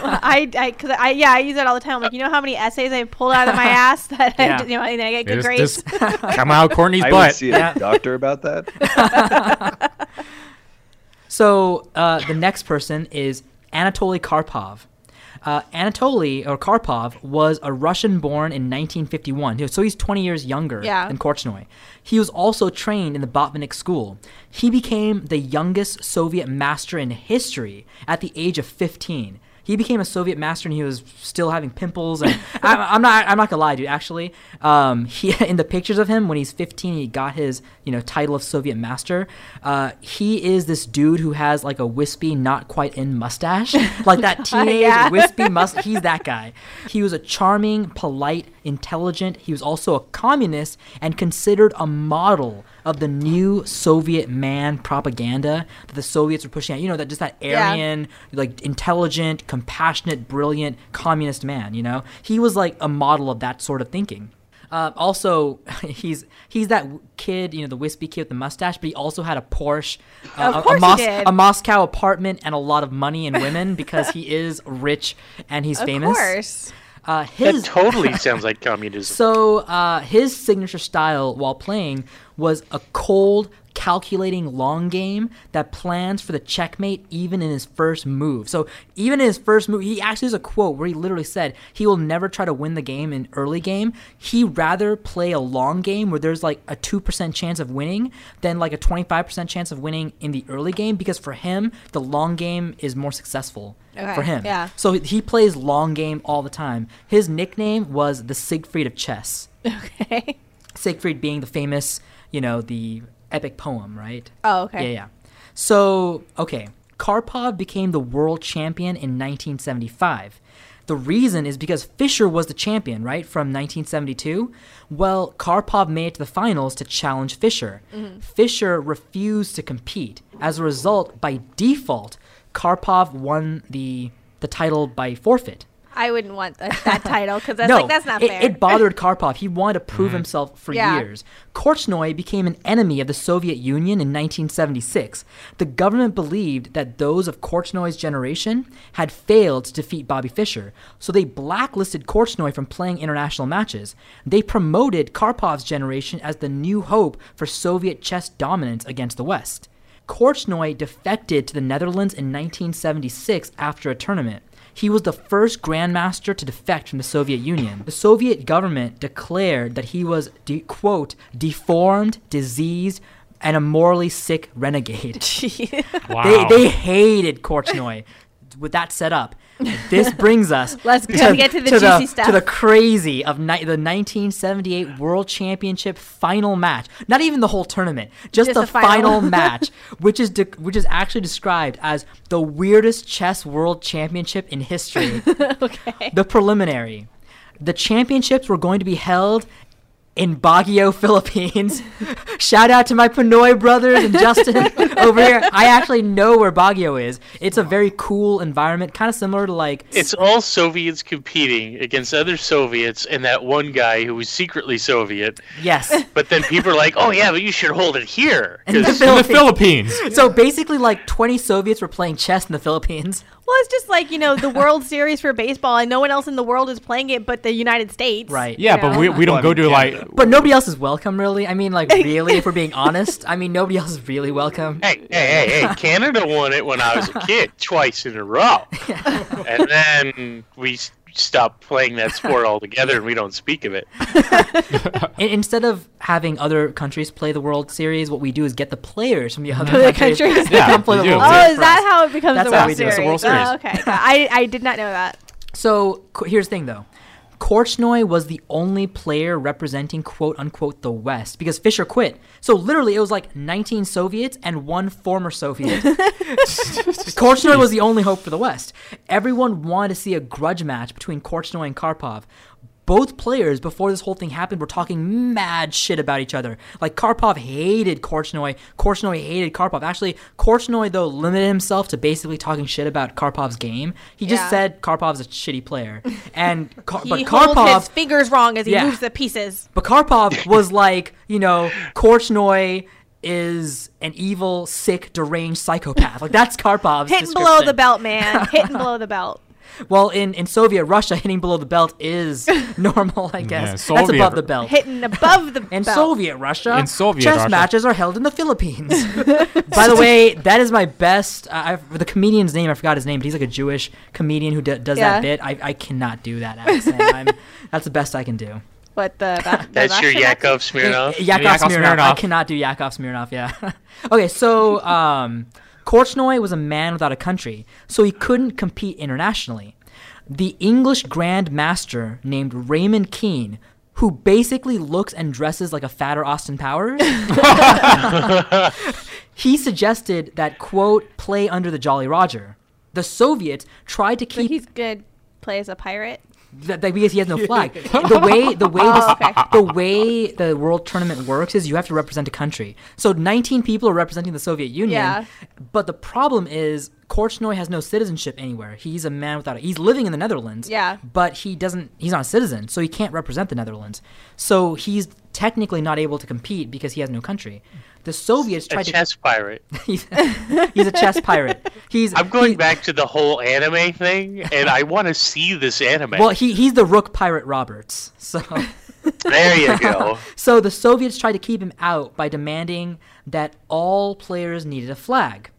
Speaker 2: I, I, cause I, yeah, I use that all the time. Like, you know how many essays I pulled out of my ass that
Speaker 1: Yeah.
Speaker 2: I, you know, and I get good
Speaker 6: Just,
Speaker 2: grades.
Speaker 6: just come out Courtney's
Speaker 5: I would
Speaker 6: butt.
Speaker 5: see a doctor about that.
Speaker 1: So uh, the next person is Anatoly Karpov. Uh, Anatoly or Karpov was a Russian born in 1951, He- so he's 20 years younger
Speaker 2: Yeah.
Speaker 1: than Korchnoi. He was also trained in the Botvinnik school. He became the youngest Soviet master in history at the age of 15. He became a Soviet master, and he was still having pimples. And I, I'm not, I'm not gonna lie, dude. Actually, um, he in the pictures of him when he's 15, he got his, you know, title of Soviet master. Uh, he is this dude who has like a wispy, not quite in mustache, like that teenage
Speaker 2: yeah.
Speaker 1: wispy mustache. He's that guy. He was a charming, polite, intelligent. He was also a communist and considered a model of the new Soviet man propaganda that the Soviets were pushing out. You know, that just that
Speaker 2: Yeah.
Speaker 1: Aryan man, like intelligent, compassionate, brilliant communist man. You know, he was like a model of that sort of thinking. Uh, also, he's he's that w- kid, you know, the wispy kid with the mustache. But he also had a Porsche, uh,
Speaker 2: Of
Speaker 1: a- a,
Speaker 2: course he
Speaker 1: Mos-
Speaker 2: did.
Speaker 1: a Moscow apartment, and a lot of money and women because he is rich and he's
Speaker 2: of
Speaker 1: famous.
Speaker 2: course.
Speaker 1: Uh,
Speaker 3: That
Speaker 1: his
Speaker 3: totally sounds like communism.
Speaker 1: so uh, his signature style while playing was a cold, calculating long game that plans for the checkmate even in his first move. So even in his first move, he actually has a quote where he literally said he will never try to win the game in early game. He rather play a long game where there's like a two percent chance of winning than like a twenty five percent chance of winning in the early game because for him the long game is more successful
Speaker 2: Okay,
Speaker 1: for him.
Speaker 2: yeah.
Speaker 1: So he plays long game all the time. His nickname was the Siegfried of chess.
Speaker 2: Okay.
Speaker 1: Siegfried being the famous, you know, the epic poem, right?
Speaker 2: Oh, okay.
Speaker 1: Yeah, yeah. So, okay, Karpov became the world champion in 1975. The reason is because Fischer was the champion, right, from 1972. Well, Karpov made it to the finals to challenge Fischer. Fischer refused to compete. As a result, by default, Karpov won the the title by forfeit.
Speaker 2: I wouldn't want that, that title because that's
Speaker 1: no,
Speaker 2: like that's not
Speaker 1: it,
Speaker 2: fair.
Speaker 1: it bothered Karpov. He wanted to prove himself for
Speaker 2: Yeah.
Speaker 1: years. Korchnoi became an enemy of the Soviet Union in 1976. The government believed that those of Korchnoi's generation had failed to defeat Bobby Fischer, so they blacklisted Korchnoi from playing international matches. They promoted Karpov's generation as the new hope for Soviet chess dominance against the West. Korchnoi defected to the Netherlands in 1976 after a tournament. He was the first grandmaster to defect from the Soviet Union. The Soviet government declared that he was, de- quote, deformed, diseased, and a morally sick renegade.
Speaker 6: Wow.
Speaker 1: They, they hated Korchnoi with that setup. This brings us
Speaker 2: Let's get to the juicy stuff.
Speaker 1: to the crazy of ni- the 1978 World Championship final match. Not even the whole tournament, just,
Speaker 2: Just
Speaker 1: the,
Speaker 2: the
Speaker 1: final,
Speaker 2: final.
Speaker 1: match, which is de- which is actually described as the weirdest chess world championship in history. okay. The preliminary. The championships were going to be held in Baguio, Philippines. Shout out to my Pinoy brothers and Justin over here. I actually know where Baguio is. It's a very cool environment, kind of similar to like
Speaker 3: It's all Soviets competing against other Soviets and that one guy who was secretly Soviet.
Speaker 1: yes.
Speaker 3: But then people are like, "Oh yeah, but you should hold it here." 'cause-
Speaker 6: In the Philippines.
Speaker 1: So basically, like 20 Soviets were playing chess in the Philippines.
Speaker 2: well, it's just like you know the World Series for baseball, and no one else in the world is playing it but the United States.
Speaker 1: Right.
Speaker 6: Yeah,
Speaker 2: Yeah.
Speaker 6: but we, we don't
Speaker 5: Well, I
Speaker 6: go
Speaker 5: mean,
Speaker 6: to like.
Speaker 5: Canada.
Speaker 1: But nobody else is welcome, really. I mean, like, really, if we're being honest, I mean, nobody else is really welcome.
Speaker 3: hey, hey, hey, hey! Canada won it when I was a kid, twice in a row, and then we s- stopped playing that sport altogether, and we don't speak of it.
Speaker 1: In- instead of having other countries play the World Series, what we do is get the players from the other
Speaker 2: Other
Speaker 1: countries.
Speaker 2: countries.
Speaker 1: to
Speaker 6: Yeah,
Speaker 1: come play
Speaker 6: we
Speaker 1: the
Speaker 6: do.
Speaker 1: World
Speaker 6: Oh,
Speaker 1: Series
Speaker 2: Oh, is
Speaker 1: for
Speaker 2: that
Speaker 1: us.
Speaker 2: how it becomes
Speaker 1: That's
Speaker 2: the
Speaker 1: how
Speaker 2: World
Speaker 1: we do it.
Speaker 2: Series?
Speaker 1: It's the
Speaker 6: World
Speaker 2: Oh, okay, I I did not know that.
Speaker 1: So co- here's the thing, though. Korchnoi was the only player representing "quote unquote" the West because Fischer quit. So literally, it was like 19 Soviets and one former Soviet. Korchnoi was the only hope for the West. Everyone wanted to see a grudge match between Korchnoi and Karpov. Both players, before this whole thing happened, were talking mad shit about each other. Like Karpov hated Korchnoi. Korchnoi hated Karpov. Actually, Korchnoi though limited himself to basically talking shit about Karpov's game. He just
Speaker 2: Yeah.
Speaker 1: said Karpov's a shitty player, and Kar-
Speaker 2: He
Speaker 1: but
Speaker 2: holds his
Speaker 1: Karpov,
Speaker 2: fingers wrong as he
Speaker 1: Yeah.
Speaker 2: moves the pieces.
Speaker 1: but Karpov was like, you know, Korchnoi is an evil, sick, deranged psychopath. Like that's Karpov's
Speaker 2: Hitting below
Speaker 1: description.
Speaker 2: the belt, man. Hitting below the belt.
Speaker 1: Well, in, in Soviet Russia, hitting below the belt is normal, I guess. That's
Speaker 6: Soviet-
Speaker 1: above the belt.
Speaker 2: Hitting above the
Speaker 1: in
Speaker 2: belt.
Speaker 1: Soviet Russia,
Speaker 6: In Soviet
Speaker 1: chess
Speaker 6: Russia.
Speaker 1: matches are held in the Philippines. By the way, that is my best. I, I- the comedian's name, I forgot his name, but he's like a Jewish comedian who d- does
Speaker 2: Yeah.
Speaker 1: that bit. I, I cannot do that accent. I'm, that's the best I can do.
Speaker 2: What the? the
Speaker 3: That's your
Speaker 2: Russian
Speaker 3: Yakov Smirnov.
Speaker 1: Yakov,
Speaker 6: Yakov
Speaker 1: Smirnov. I
Speaker 6: Smirnov.
Speaker 1: cannot do Yakov Smirnov. Yeah. okay, so um, Korchnoi was a man without a country, so he couldn't compete internationally. The English Grand Master named Raymond Keane, who basically looks and dresses like a fatter Austin Powers, he suggested that quote play under the Jolly Roger. The Soviets tried to
Speaker 2: So
Speaker 1: keep
Speaker 2: he's gonna play as a pirate.
Speaker 1: that, that because he has no flag. the way the way this,
Speaker 2: Oh, okay.
Speaker 1: the way the world tournament works is you have to represent a country. So 19 people are representing the Soviet Union.
Speaker 2: Yeah.
Speaker 1: But the problem is Korchnoi has no citizenship anywhere. He's a man without a, he's living in the Netherlands.
Speaker 2: Yeah.
Speaker 1: But he doesn't he's not a citizen, so he can't represent the Netherlands. So he's technically not able to compete because he has no country. The Soviets
Speaker 3: A
Speaker 1: tried to
Speaker 3: chess pirate.
Speaker 1: he's, he's a chess pirate. He's
Speaker 3: I'm going
Speaker 1: he-
Speaker 3: back to the whole anime thing, and I want to see this anime.
Speaker 1: Well, he he's the Rook Pirate Roberts. So
Speaker 3: there you go.
Speaker 1: So the Soviets tried to keep him out by demanding that all players needed a flag.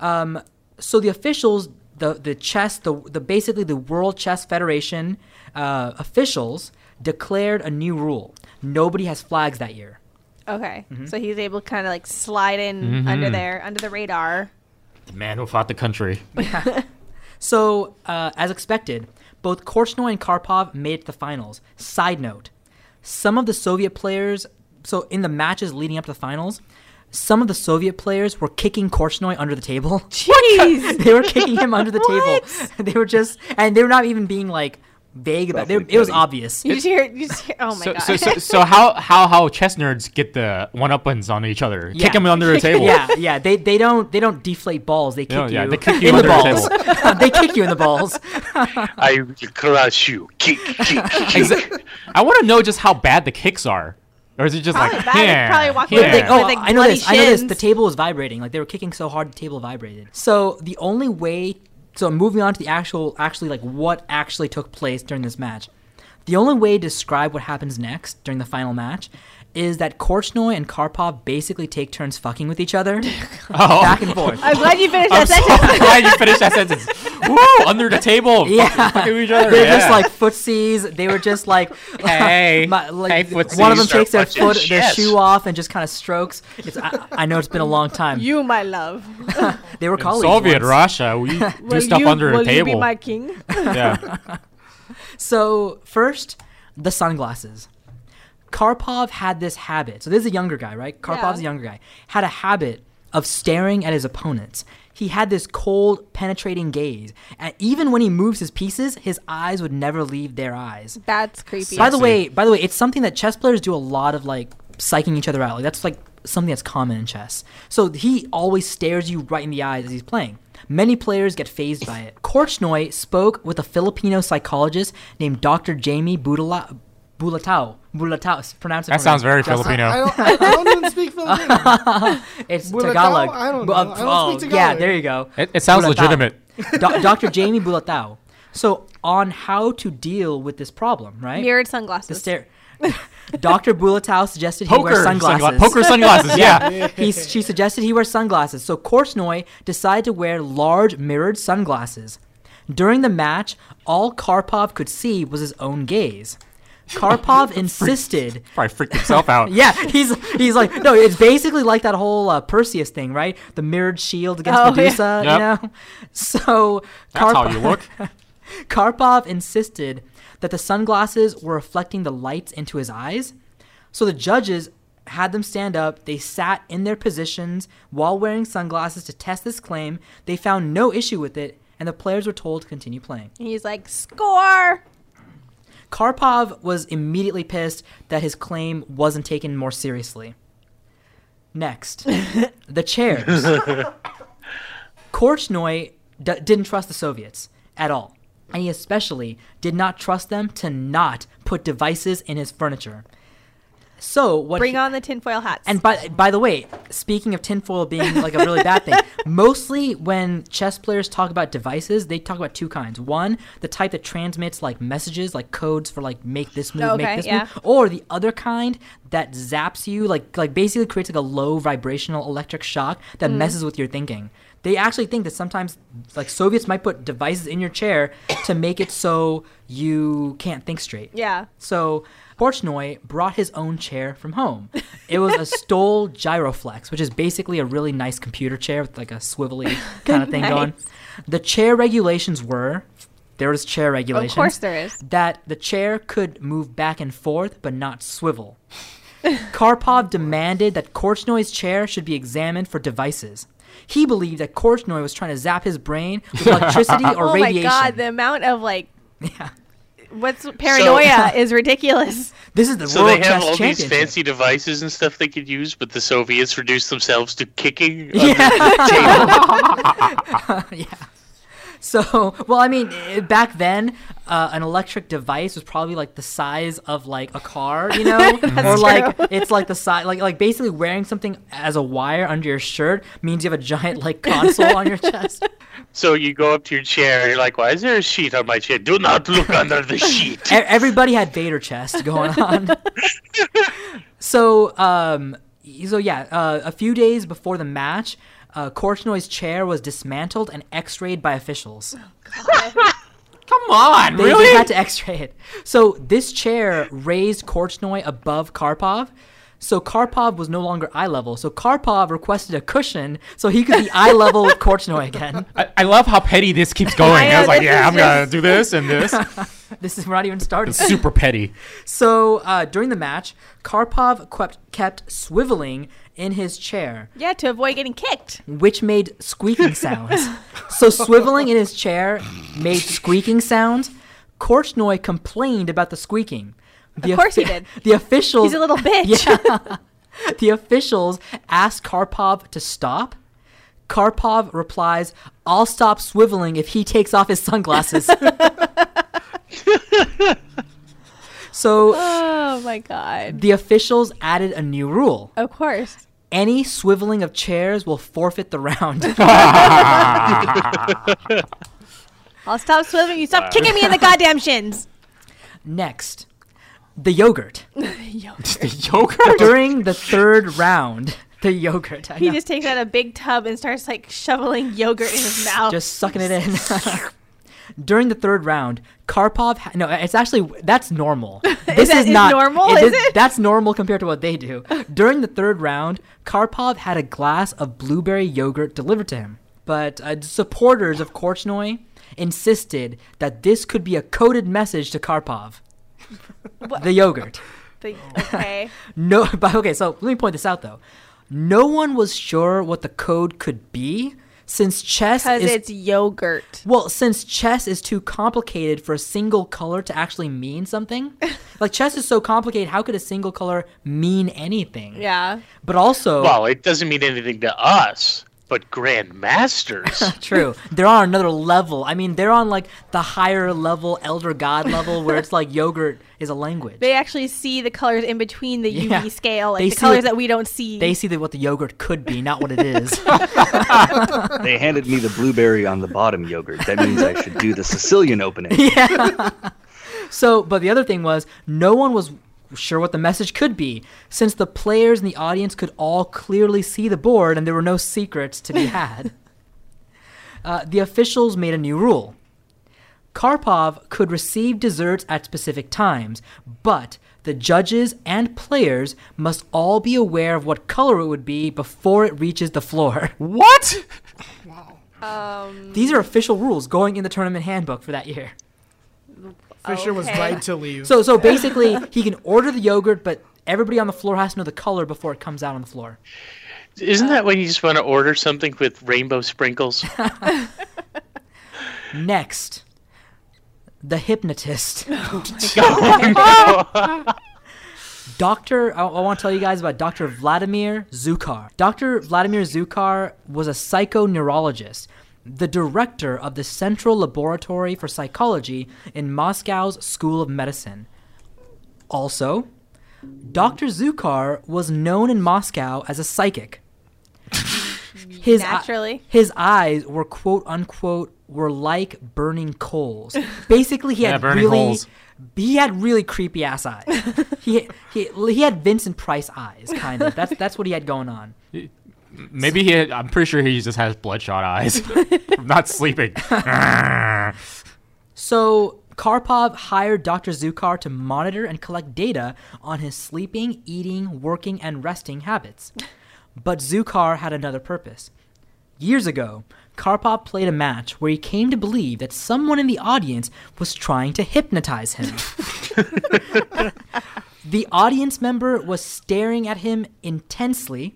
Speaker 1: Um, so the officials, the the chess, the, the basically the World Chess Federation uh, officials declared a new rule: nobody has flags that year.
Speaker 2: Okay,
Speaker 3: Mm-hmm.
Speaker 2: so he's able to kind of like slide in
Speaker 1: Mm-hmm.
Speaker 2: under there, under the radar.
Speaker 6: The man who fought the country.
Speaker 2: Oh
Speaker 1: So, uh, as expected, both Korchnoi and Karpov made it to the finals. Side note some of the Soviet players, so in the matches leading up to the finals, some of the Soviet players were kicking Korchnoi under the table.
Speaker 2: Jeez,
Speaker 1: they were kicking him under the table. They were just, and they were not even being like vague about they-
Speaker 5: Roughly
Speaker 1: it. was
Speaker 5: petty.
Speaker 1: obvious.
Speaker 2: You just hear, you just hear oh my
Speaker 6: so,
Speaker 2: god.
Speaker 6: so, so, so how how how chess nerds get the one up ones on each other?
Speaker 1: Yeah.
Speaker 6: Kick them under a table.
Speaker 1: yeah, yeah. They they don't they don't deflate balls. They kick
Speaker 6: No,
Speaker 1: you.
Speaker 6: Oh, yeah, they kick you
Speaker 1: in the
Speaker 6: under the
Speaker 1: balls. they kick you in the balls.
Speaker 3: I will crush you. Kick, kick, kick.
Speaker 6: Exa- I want to know just how bad the kicks are, or is it just
Speaker 2: Probably
Speaker 6: like
Speaker 2: bad. They
Speaker 6: yeah,
Speaker 2: probably walk
Speaker 6: yeah.
Speaker 2: away with
Speaker 1: Oh,
Speaker 2: like
Speaker 1: I know
Speaker 2: bloody
Speaker 1: this. I know this.
Speaker 2: shins.
Speaker 1: The table was vibrating. Like they were kicking so hard, the table vibrated. So the only way. So moving on to the actual, actually, like what actually took place during this match. The only way to describe what happens next during the final match is that Korchnoi and Karpov basically take turns fucking with each other
Speaker 3: Oh.
Speaker 1: back and forth.
Speaker 2: I'm glad you finished
Speaker 6: I'm
Speaker 2: that
Speaker 6: so
Speaker 2: sentence.
Speaker 6: glad you finished that sentence. Woo! Under the table.
Speaker 1: Yeah.
Speaker 6: Fucking each other.
Speaker 1: They're
Speaker 6: yeah.
Speaker 1: just like footsies. They were just like,
Speaker 6: Hey. Hey,
Speaker 1: one of them
Speaker 6: footsies.
Speaker 1: takes their
Speaker 3: Start
Speaker 1: foot,
Speaker 3: punching
Speaker 1: their
Speaker 3: chest.
Speaker 1: shoe off, and just kind of strokes. It's, I, I know it's been a long time.
Speaker 2: You, my love.
Speaker 1: they were colleagues.
Speaker 6: Soviet
Speaker 1: once.
Speaker 6: Russia. We do
Speaker 2: Will
Speaker 6: stuff
Speaker 2: you,
Speaker 6: under
Speaker 2: will
Speaker 6: the
Speaker 2: you be
Speaker 6: table.
Speaker 2: my king?
Speaker 6: yeah.
Speaker 1: So first, the sunglasses. Karpov had this habit. So this is a younger guy, right? Karpov's a
Speaker 2: Yeah.
Speaker 1: younger guy. Had a habit of staring at his opponents. He had this cold, penetrating gaze, and even when he moves his pieces, his eyes would never leave their eyes.
Speaker 2: That's creepy.
Speaker 1: By the
Speaker 6: Sexy.
Speaker 1: way, by the way, it's something that chess players do a lot of like psyching each other out. Like that's like something that's common in chess. So he always stares you right in the eyes as he's playing. Many players get phased by it. Korchnoi spoke with a Filipino psychologist named Dr. Jamie Budala- Bulatao. Bulatao, s- pronounce it.
Speaker 6: That
Speaker 1: for
Speaker 6: sounds
Speaker 1: me.
Speaker 6: very
Speaker 1: Just-
Speaker 6: Filipino.
Speaker 4: I don't, I, I don't even speak Filipino.
Speaker 1: It's
Speaker 4: Bulatao?
Speaker 1: Tagalog.
Speaker 4: I don't
Speaker 1: Bu-
Speaker 4: know. I don't
Speaker 1: oh,
Speaker 4: speak
Speaker 1: Yeah,
Speaker 4: Tagalog.
Speaker 1: there you go.
Speaker 6: It, it sounds
Speaker 1: Bulatao.
Speaker 6: legitimate.
Speaker 1: Do- Dr. Jamie Bulatao. So on how to deal with this problem, right?
Speaker 2: Mirrored sunglasses.
Speaker 1: The stare. Dr. Bulatau suggested he
Speaker 6: Poker
Speaker 1: wear sunglasses.
Speaker 6: sungla- Poker sunglasses. Yeah.
Speaker 1: He, she suggested he wear sunglasses, so Korchnoi decided to wear large mirrored sunglasses. During the match, all Karpov could see was his own gaze. Karpov insisted.
Speaker 6: Probably freaked himself out.
Speaker 1: Yeah, he's he's like no. It's basically like that whole uh, Perseus thing, right? The mirrored shield against
Speaker 2: Oh, yeah.
Speaker 1: Medusa,
Speaker 6: Yep.
Speaker 1: you know. So
Speaker 6: That's how
Speaker 1: Karpov-
Speaker 6: you look.
Speaker 1: Karpov insisted that the sunglasses were reflecting the lights into his eyes. So the judges had them stand up. They sat in their positions while wearing sunglasses to test this claim. They found no issue with it, and the players were told to continue playing.
Speaker 2: And he's like, score.
Speaker 1: Karpov was immediately pissed that his claim wasn't taken more seriously. Next, the chairs. Korchnoi d- didn't trust the Soviets at all, and he especially did not trust them to not put devices in his furniture. So what?
Speaker 2: Bring
Speaker 1: he-
Speaker 2: on the tinfoil hats.
Speaker 1: and by by the way, speaking of tinfoil being like a really bad thing, mostly when chess players talk about devices, they talk about two kinds. One, the type that transmits like messages, like codes for like make this move,
Speaker 2: Okay,
Speaker 1: make this
Speaker 2: yeah.
Speaker 1: move, or the other kind that zaps you, like like basically creates like a low vibrational electric shock that
Speaker 2: Mm.
Speaker 1: messes with your thinking. They actually think that sometimes like Soviets might put devices in your chair to make it so you can't think straight.
Speaker 2: yeah.
Speaker 1: So Porchnoi brought his own chair from home. It was a Stoll Gyroflex, which is basically a really nice computer chair with like a swivelly kind of thing going.
Speaker 2: Nice.
Speaker 1: The chair regulations were there was chair
Speaker 2: Of
Speaker 1: regulations
Speaker 2: course there is.
Speaker 1: that the chair could move back and forth but not swivel. Karpov demanded that Korchnoi's chair should be examined for devices. He believed that Korchnoi was trying to zap his brain with electricity or
Speaker 2: oh
Speaker 1: radiation.
Speaker 2: my god, the amount of like,
Speaker 1: Yeah.
Speaker 2: what's paranoia is ridiculous.
Speaker 1: This is the
Speaker 3: So
Speaker 1: world
Speaker 3: they have
Speaker 1: chess
Speaker 3: all these
Speaker 1: championship.
Speaker 3: fancy devices and stuff they could use, but the Soviets reduced themselves to kicking.
Speaker 1: So, well, I mean, eh, back then, uh, an electric device was probably like the size of like a car, you know, or like it's like the size, like like basically wearing something as a wire under your shirt means you have a giant like console on your chest.
Speaker 3: So you go up to your chair and you're like, "Why is there a sheet on my chair? Do not look under the sheet."
Speaker 1: E- Everybody had Vader chest going on. so, um, so yeah, uh, a few days before the match, uh, Korchnoi's chair was dismantled and X-rayed by officials.
Speaker 6: Come on,
Speaker 1: They,
Speaker 6: really?
Speaker 1: they had to X-ray it. So this chair raised Korchnoi above Karpov. So Karpov was no longer eye level. So Karpov requested a cushion so he could be eye level with Korchnoi again.
Speaker 6: I, I love how petty this keeps going.
Speaker 2: I
Speaker 6: I,
Speaker 2: know,
Speaker 6: was like,
Speaker 2: this
Speaker 6: yeah,
Speaker 2: is
Speaker 6: I'm gonna do this and this.
Speaker 1: This is we're not even started.
Speaker 6: It's super petty.
Speaker 1: So uh, during the match, Karpov kept, kept swiveling in his chair,
Speaker 2: Yeah, to avoid getting kicked.
Speaker 1: which made squeaking sounds. so swiveling in his chair made squeaking sounds. Korchnoi complained about the squeaking. The
Speaker 2: Of course he
Speaker 1: offi-
Speaker 2: did.
Speaker 1: The officials.
Speaker 2: He's a little bitch.
Speaker 1: Yeah. the officials asked Karpov to stop. Karpov replies, "I'll stop swiveling if he takes off his sunglasses." so
Speaker 2: Oh my god.
Speaker 1: the officials added a new rule.
Speaker 2: Of course.
Speaker 1: Any swiveling of chairs will forfeit the round.
Speaker 2: I'll stop swimming. You stop kicking me in the goddamn shins.
Speaker 1: Next, the yogurt.
Speaker 6: The yogurt.
Speaker 1: During the third round, the yogurt. I
Speaker 2: He
Speaker 1: know.
Speaker 2: just takes out a big tub and starts like shoveling yogurt in his mouth.
Speaker 1: just sucking it in. During the third round, Karpov. Ha- no, it's actually that's normal. This
Speaker 2: that- is
Speaker 1: not
Speaker 2: normal,
Speaker 1: it
Speaker 2: is it?
Speaker 1: That's normal compared to what they do. During the third round, Karpov had a glass of blueberry yogurt delivered to him, but uh, supporters of Korchnoi insisted that this could be a coded message to Karpov. the yogurt.
Speaker 2: But- okay.
Speaker 1: No, but okay, so let me point this out though. No one was sure what the code could be since chess
Speaker 2: Because
Speaker 1: is
Speaker 2: it's yogurt.
Speaker 1: well, since chess is too complicated for a single color to actually mean something. like chess is so complicated, how could a single color mean anything?
Speaker 2: Yeah.
Speaker 1: But also
Speaker 3: Well, it doesn't mean anything to us, but grandmasters.
Speaker 1: True. They're on another level. I mean, they're on like the higher level, elder god level, where it's like yogurt is a language.
Speaker 2: They actually see the colors in between the
Speaker 1: Yeah.
Speaker 2: UV scale, like
Speaker 1: They
Speaker 2: the
Speaker 1: see
Speaker 2: colors
Speaker 1: what-
Speaker 2: that we don't see.
Speaker 1: They see that what the yogurt could be, not what it is.
Speaker 5: They handed me the blueberry on the bottom yogurt. That means I should do the Sicilian opening.
Speaker 1: So, but the other thing was, no one was sure what the message could be, since the players and the audience could all clearly see the board and there were no secrets to be had. uh, the officials made a new rule Karpov could receive desserts at specific times, but the judges and players must all be aware of what color it would be before it reaches the floor.
Speaker 6: What?
Speaker 1: These are official rules going in the tournament handbook for that year.
Speaker 4: Fisher was
Speaker 2: Okay.
Speaker 4: right to leave.
Speaker 1: So so basically, he can order the yogurt, but everybody on the floor has to know the color before it comes out on the floor.
Speaker 3: Isn't that when you just want to order something with rainbow sprinkles?
Speaker 1: Next, the hypnotist, Doctor. I, I want to tell you guys about Doctor Vladimir Zukar. Doctor Vladimir Zukar was a psychoneurologist. The director of the Central Laboratory for Psychology in Moscow's School of Medicine. Also, Dr. Zukar was known in Moscow as a psychic. his eye-
Speaker 2: Naturally.
Speaker 1: his eyes were quote unquote were like burning coals. Basically, he
Speaker 6: Yeah,
Speaker 1: had
Speaker 6: burning
Speaker 1: really
Speaker 6: holes.
Speaker 1: he had really creepy ass eyes. he, he he had Vincent Price eyes, kind of. That's that's what he had going on.
Speaker 6: Maybe he. I'm pretty sure he just has bloodshot eyes. I'm not sleeping.
Speaker 1: So Karpov hired Dr. Zukar to monitor and collect data on his sleeping, eating, working, and resting habits. But Zukar had another purpose. Years ago, Karpov played a match where he came to believe that someone in the audience was trying to hypnotize him. the audience member was staring at him intensely.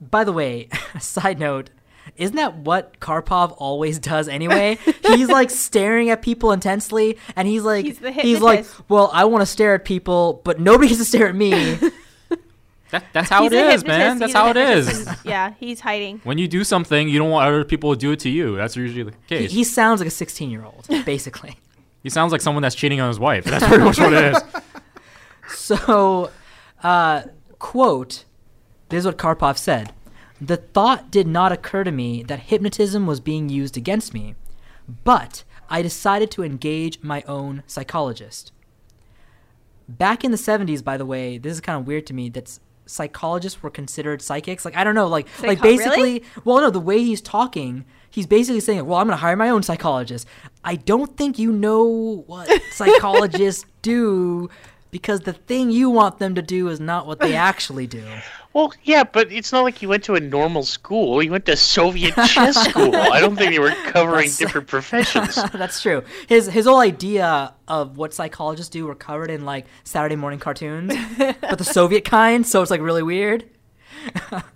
Speaker 1: By the way, side note, isn't that what Karpov always does anyway? he's like staring at people intensely and he's like
Speaker 2: He's the
Speaker 1: like,
Speaker 2: hypnotist.
Speaker 1: "Well, I want to stare at people, but nobody gets to stare at me."
Speaker 6: That, that's how
Speaker 2: He's a
Speaker 6: it is,
Speaker 2: hypnotist.
Speaker 6: man. That's
Speaker 2: He's a
Speaker 6: how it is.
Speaker 2: hypnotist. Yeah, he's hiding.
Speaker 6: When you do something, you don't want other people to do it to you. That's usually the
Speaker 1: he,
Speaker 6: case. He,
Speaker 1: he sounds like a 16-year-old, basically.
Speaker 6: sounds like someone that's cheating on his wife. That's pretty much what it is.
Speaker 1: So, uh, quote, this is what Karpov said The thought did not occur to me that hypnotism was being used against me, but I decided to engage my own psychologist. Back in the 70s, by the way, this is kind of weird to me that's psychologists were considered psychics like i don't know like like
Speaker 2: Psycho- really?
Speaker 1: basically well no the way he's talking he's basically saying well i'm gonna hire my own psychologist i don't think you know what psychologists do because the thing you want them to do is not what they actually do
Speaker 3: well, yeah, but it's not like you went to a normal school. You went to Soviet chess school. I don't think they were covering different professions.
Speaker 1: that's true his his whole idea of what psychologists do were covered in like saturday morning cartoons but the soviet kind so it's like really weird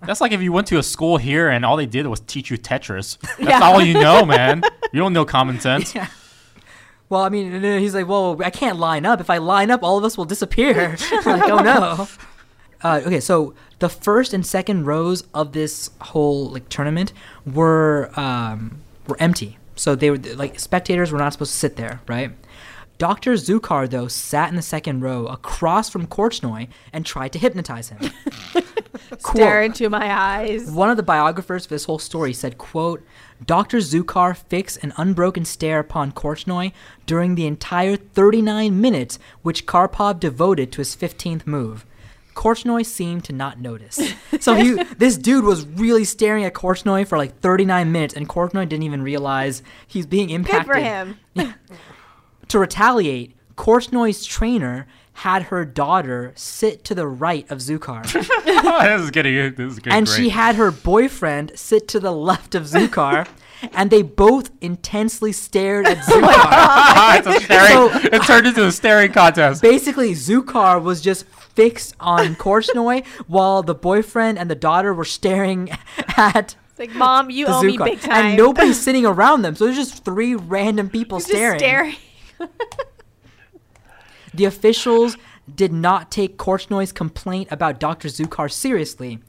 Speaker 6: That's like if you went to a school here and all they did was teach you Tetris. That's all you know, man. You don't know common sense.
Speaker 1: well, I mean, and then he's like, well, I can't line up. If I line up, all of us will disappear. like, oh no. Uh, okay, so the first and second rows of this whole like tournament were um, were empty. So they were like spectators were not supposed to sit there, right? Dr. Zukar though sat in the second row across from Korchnoi and tried to hypnotize him.
Speaker 2: Stare into my eyes.
Speaker 1: One of the biographers for this whole story said, quote, Dr. Zukar fixed an unbroken stare upon Korchnoi during the entire 39 minutes which Karpov devoted to his 15th move. Korchnoi seemed to not notice. So he, this dude was really staring at Korchnoi for like 39 minutes, and Korchnoi didn't even realize he's being
Speaker 2: Good
Speaker 1: impacted.
Speaker 2: for him.
Speaker 1: To retaliate, Korchnoi's trainer had her daughter sit to the right of Zukar.
Speaker 6: this is getting this is getting
Speaker 1: and
Speaker 6: great.
Speaker 1: she had her boyfriend sit to the left of Zukar, and they both intensely stared at
Speaker 2: Oh
Speaker 1: Zukar.
Speaker 6: it's a staring,
Speaker 1: So-
Speaker 6: it turned into a staring contest.
Speaker 1: Basically, Zukar was just fixed on Korchnoi while the boyfriend and the daughter were staring at
Speaker 2: It's like, mom, you
Speaker 1: the
Speaker 2: owe me
Speaker 1: Zukar.
Speaker 2: big time.
Speaker 1: And nobody's sitting around them, so there's just three random people
Speaker 2: Just staring.
Speaker 1: The officials did not take Korchnoy's complaint about Dr. Zukar seriously.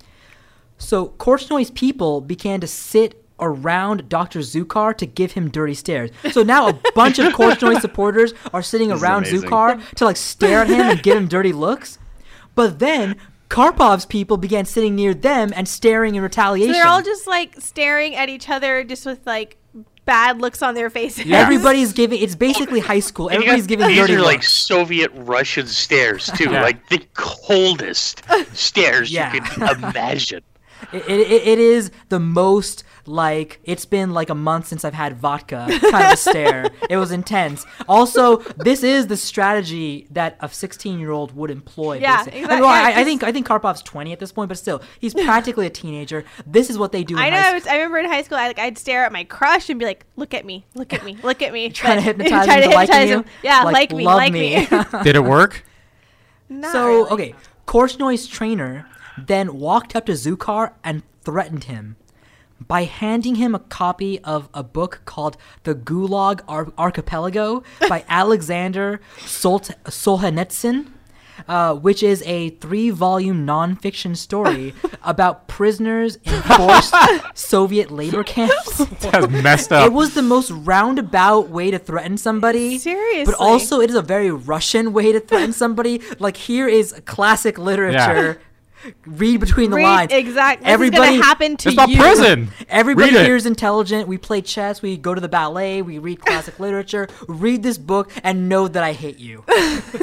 Speaker 1: So Korchnoy's people began to sit around Dr. Zukar to give him dirty stares. So now a bunch of Korchnoy supporters are sitting
Speaker 5: is
Speaker 1: around
Speaker 5: amazing.
Speaker 1: Zukar to like stare at him and give him dirty looks. But then Karpov's people began sitting near them and staring in retaliation.
Speaker 2: So they're all just like staring at each other, just with like bad looks on their faces.
Speaker 6: Yeah.
Speaker 1: Everybody's giving it's basically high school.
Speaker 3: And you
Speaker 1: Everybody's
Speaker 3: got-
Speaker 1: giving
Speaker 3: these
Speaker 1: dirty
Speaker 3: are like
Speaker 1: looks.
Speaker 3: Soviet Russian stairs too,
Speaker 6: Yeah.
Speaker 3: like the coldest stairs
Speaker 1: Yeah.
Speaker 3: you could imagine.
Speaker 1: It, it, it- it is the most like it's been like a month since I've had vodka kind of stare. It was intense. Also, this is the strategy that a 16 year old would employ.
Speaker 2: Yeah,
Speaker 1: basically. I-
Speaker 2: exact-
Speaker 1: well,
Speaker 2: yeah,
Speaker 1: I, I
Speaker 2: just-
Speaker 1: think I think Karpov's 20 at this point, but still, he's practically a teenager. This is what they do. In
Speaker 2: I know.
Speaker 1: high
Speaker 2: I, was, I remember in high school, I, like, I'd stare at my crush and be like, "Look at me, look at me, look at me."
Speaker 1: Trying to
Speaker 2: But-
Speaker 1: hypnotize
Speaker 2: trying
Speaker 1: him
Speaker 2: to
Speaker 1: to liking
Speaker 2: hypnotize
Speaker 1: you.
Speaker 2: Yeah,
Speaker 1: Like,
Speaker 2: like, me,
Speaker 1: love
Speaker 2: like
Speaker 1: me.
Speaker 2: me.
Speaker 6: Did it work?
Speaker 2: Not
Speaker 1: So
Speaker 2: really.
Speaker 1: okay, Korchnoy's trainer then walked up to Zukar and threatened him by handing him a copy of a book called The Gulag Ar- Archipelago by Alexander Solt- Solzhenitsyn. Uh, which is a three-volume nonfiction story about prisoners in forced Soviet labor camps.
Speaker 6: That's messed
Speaker 1: It
Speaker 6: up.
Speaker 1: was the most roundabout way to threaten somebody.
Speaker 2: Seriously.
Speaker 1: But also, it is a very Russian way to threaten somebody. Like, here is classic literature. Read between the
Speaker 2: Read
Speaker 1: lines.
Speaker 2: exactly.
Speaker 1: Everybody,
Speaker 2: Everybody happen to
Speaker 6: It's not
Speaker 2: you.
Speaker 6: prison.
Speaker 1: Everybody
Speaker 6: Read it.
Speaker 1: here is intelligent. We play chess. We go to the ballet. We read classic literature. Read this book and know that I hate you,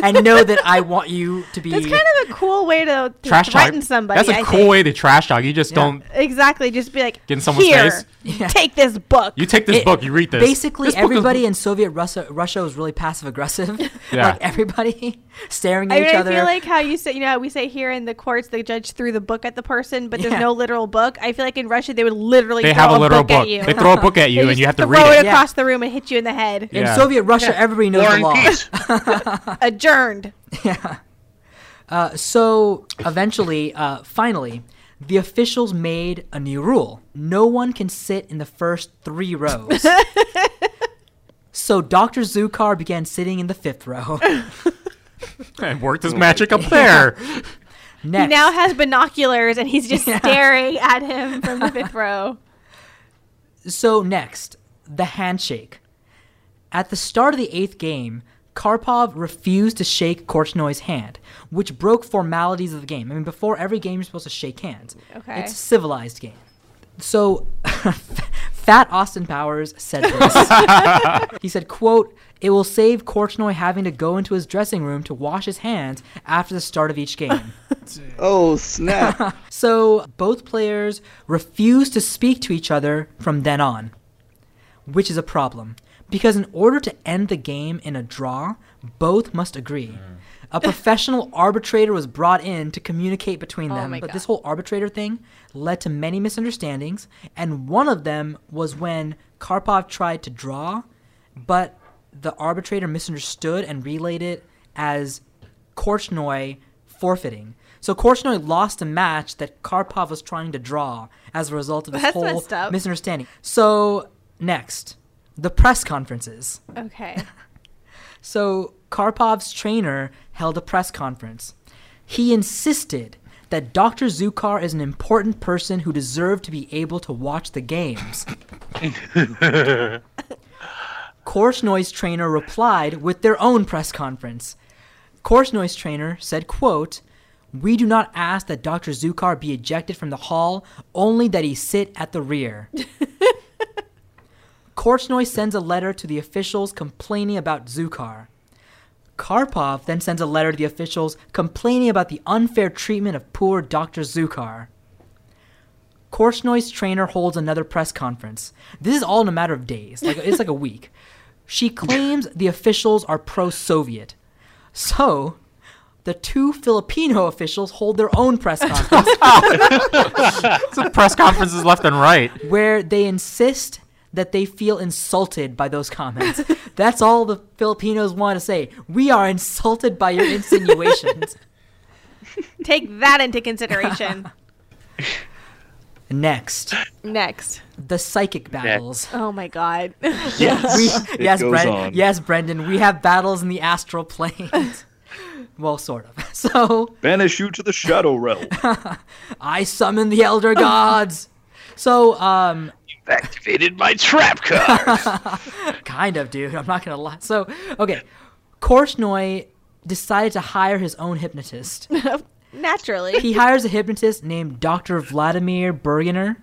Speaker 1: and know that I want you to be.
Speaker 2: That's kind of a cool way to, to
Speaker 6: trash talk.
Speaker 2: threaten somebody.
Speaker 6: That's a
Speaker 2: I
Speaker 6: cool
Speaker 2: think.
Speaker 6: way to trash talk. You just
Speaker 1: Yeah.
Speaker 6: don't.
Speaker 2: Exactly. Just be like,
Speaker 6: Get in someone's
Speaker 2: "Here,
Speaker 6: face."
Speaker 2: Take this book.
Speaker 6: You take this
Speaker 1: It-
Speaker 6: book. You read this.
Speaker 1: Basically,
Speaker 6: This book is-
Speaker 1: everybody in Soviet Russia, Russia was really passive aggressive.
Speaker 6: Yeah.
Speaker 1: like everybody staring at
Speaker 2: I mean,
Speaker 1: each
Speaker 2: I
Speaker 1: other.
Speaker 2: feel like how you say, you know, how we say here in the courts, the judge threw the book at the person, but there's
Speaker 1: Yeah.
Speaker 2: no literal book. I feel like in Russia, they would literally
Speaker 6: they
Speaker 2: throw
Speaker 6: have a literal book.
Speaker 2: at you.
Speaker 6: They throw a book at
Speaker 2: They
Speaker 6: you, and
Speaker 2: just
Speaker 6: you have to
Speaker 2: throw
Speaker 6: read it.
Speaker 2: it across the room and hit you in the head.
Speaker 1: in
Speaker 6: Yeah.
Speaker 1: Soviet Russia, everybody knows
Speaker 3: War
Speaker 1: the
Speaker 3: and
Speaker 1: law.
Speaker 3: peace.
Speaker 2: Adjourned.
Speaker 1: So eventually, uh, finally, the officials made a new rule: no one can sit in the first three rows. so Doctor Zukar began sitting in the fifth row.
Speaker 6: and worked his magic up there.
Speaker 1: Next,
Speaker 2: He now has binoculars and he's just staring at him from the fifth row.
Speaker 1: so next, the handshake. At the start of the eighth game, Karpov refused to shake Korchnoy's hand, which broke formalities of the game. I mean, before every game, you're supposed to shake hands.
Speaker 2: Okay.
Speaker 1: It's a civilized game. So, Fat Austin Powers said this. he said, quote, It will save Korchnoy having to go into his dressing room to wash his hands after the start of each game.
Speaker 5: Oh snap!
Speaker 1: So both players refuse to speak to each other from then on, which is a problem because in order to end the game in a draw, both must agree.
Speaker 2: Mm.
Speaker 1: A professional arbitrator was brought in to communicate between them,
Speaker 2: Oh my
Speaker 1: but
Speaker 2: God.
Speaker 1: this whole arbitrator thing led to many misunderstandings, and one of them was when Karpov tried to draw, but the arbitrator misunderstood and relayed it as Korchnoi forfeiting. So Korchnoi lost a match that Karpov was trying to draw as a result of this
Speaker 2: That's
Speaker 1: whole
Speaker 2: messed up.
Speaker 1: misunderstanding. So next, the press conferences.
Speaker 2: Okay.
Speaker 1: So Karpov's trainer held a press conference. He insisted that Dr. Zukar is an important person who deserved to be able to watch the games. Korsnoy's trainer replied with their own press conference. Korsnoy's trainer said, quote, we do not ask that Dr. Zukar be ejected from the hall, only that he sit at the rear. Korchnoi sends a letter to the officials complaining about Zukar. Karpov then sends a letter to the officials complaining about the unfair treatment of poor Dr. Zukar. Korchnoi's trainer holds another press conference. This is all in a matter of days. Like it's like a week. She claims the officials are pro-Soviet. So, the two Filipino officials hold their own press conference
Speaker 6: So press conferences left and right.
Speaker 1: where they insist that they feel insulted by those comments. That's all the Filipinos want to say. We are insulted by your insinuations.
Speaker 2: Take that into consideration.
Speaker 1: Next,
Speaker 2: Next.
Speaker 1: the psychic battles.
Speaker 2: Oh my god.
Speaker 1: We,
Speaker 5: It
Speaker 1: yes,
Speaker 5: goes
Speaker 1: Bren-
Speaker 5: on.
Speaker 1: yes, Brendan, we have battles in the astral planes. well, sort of. So,
Speaker 5: Banish you to the shadow realm.
Speaker 1: I summon the elder gods. So, um,
Speaker 3: Activated my trap card.
Speaker 1: kind of, dude. I'm not gonna lie. So, okay, Korsnoy decided to hire his own hypnotist.
Speaker 2: Naturally.
Speaker 1: He hires a hypnotist named Dr. Vladimir Bergener.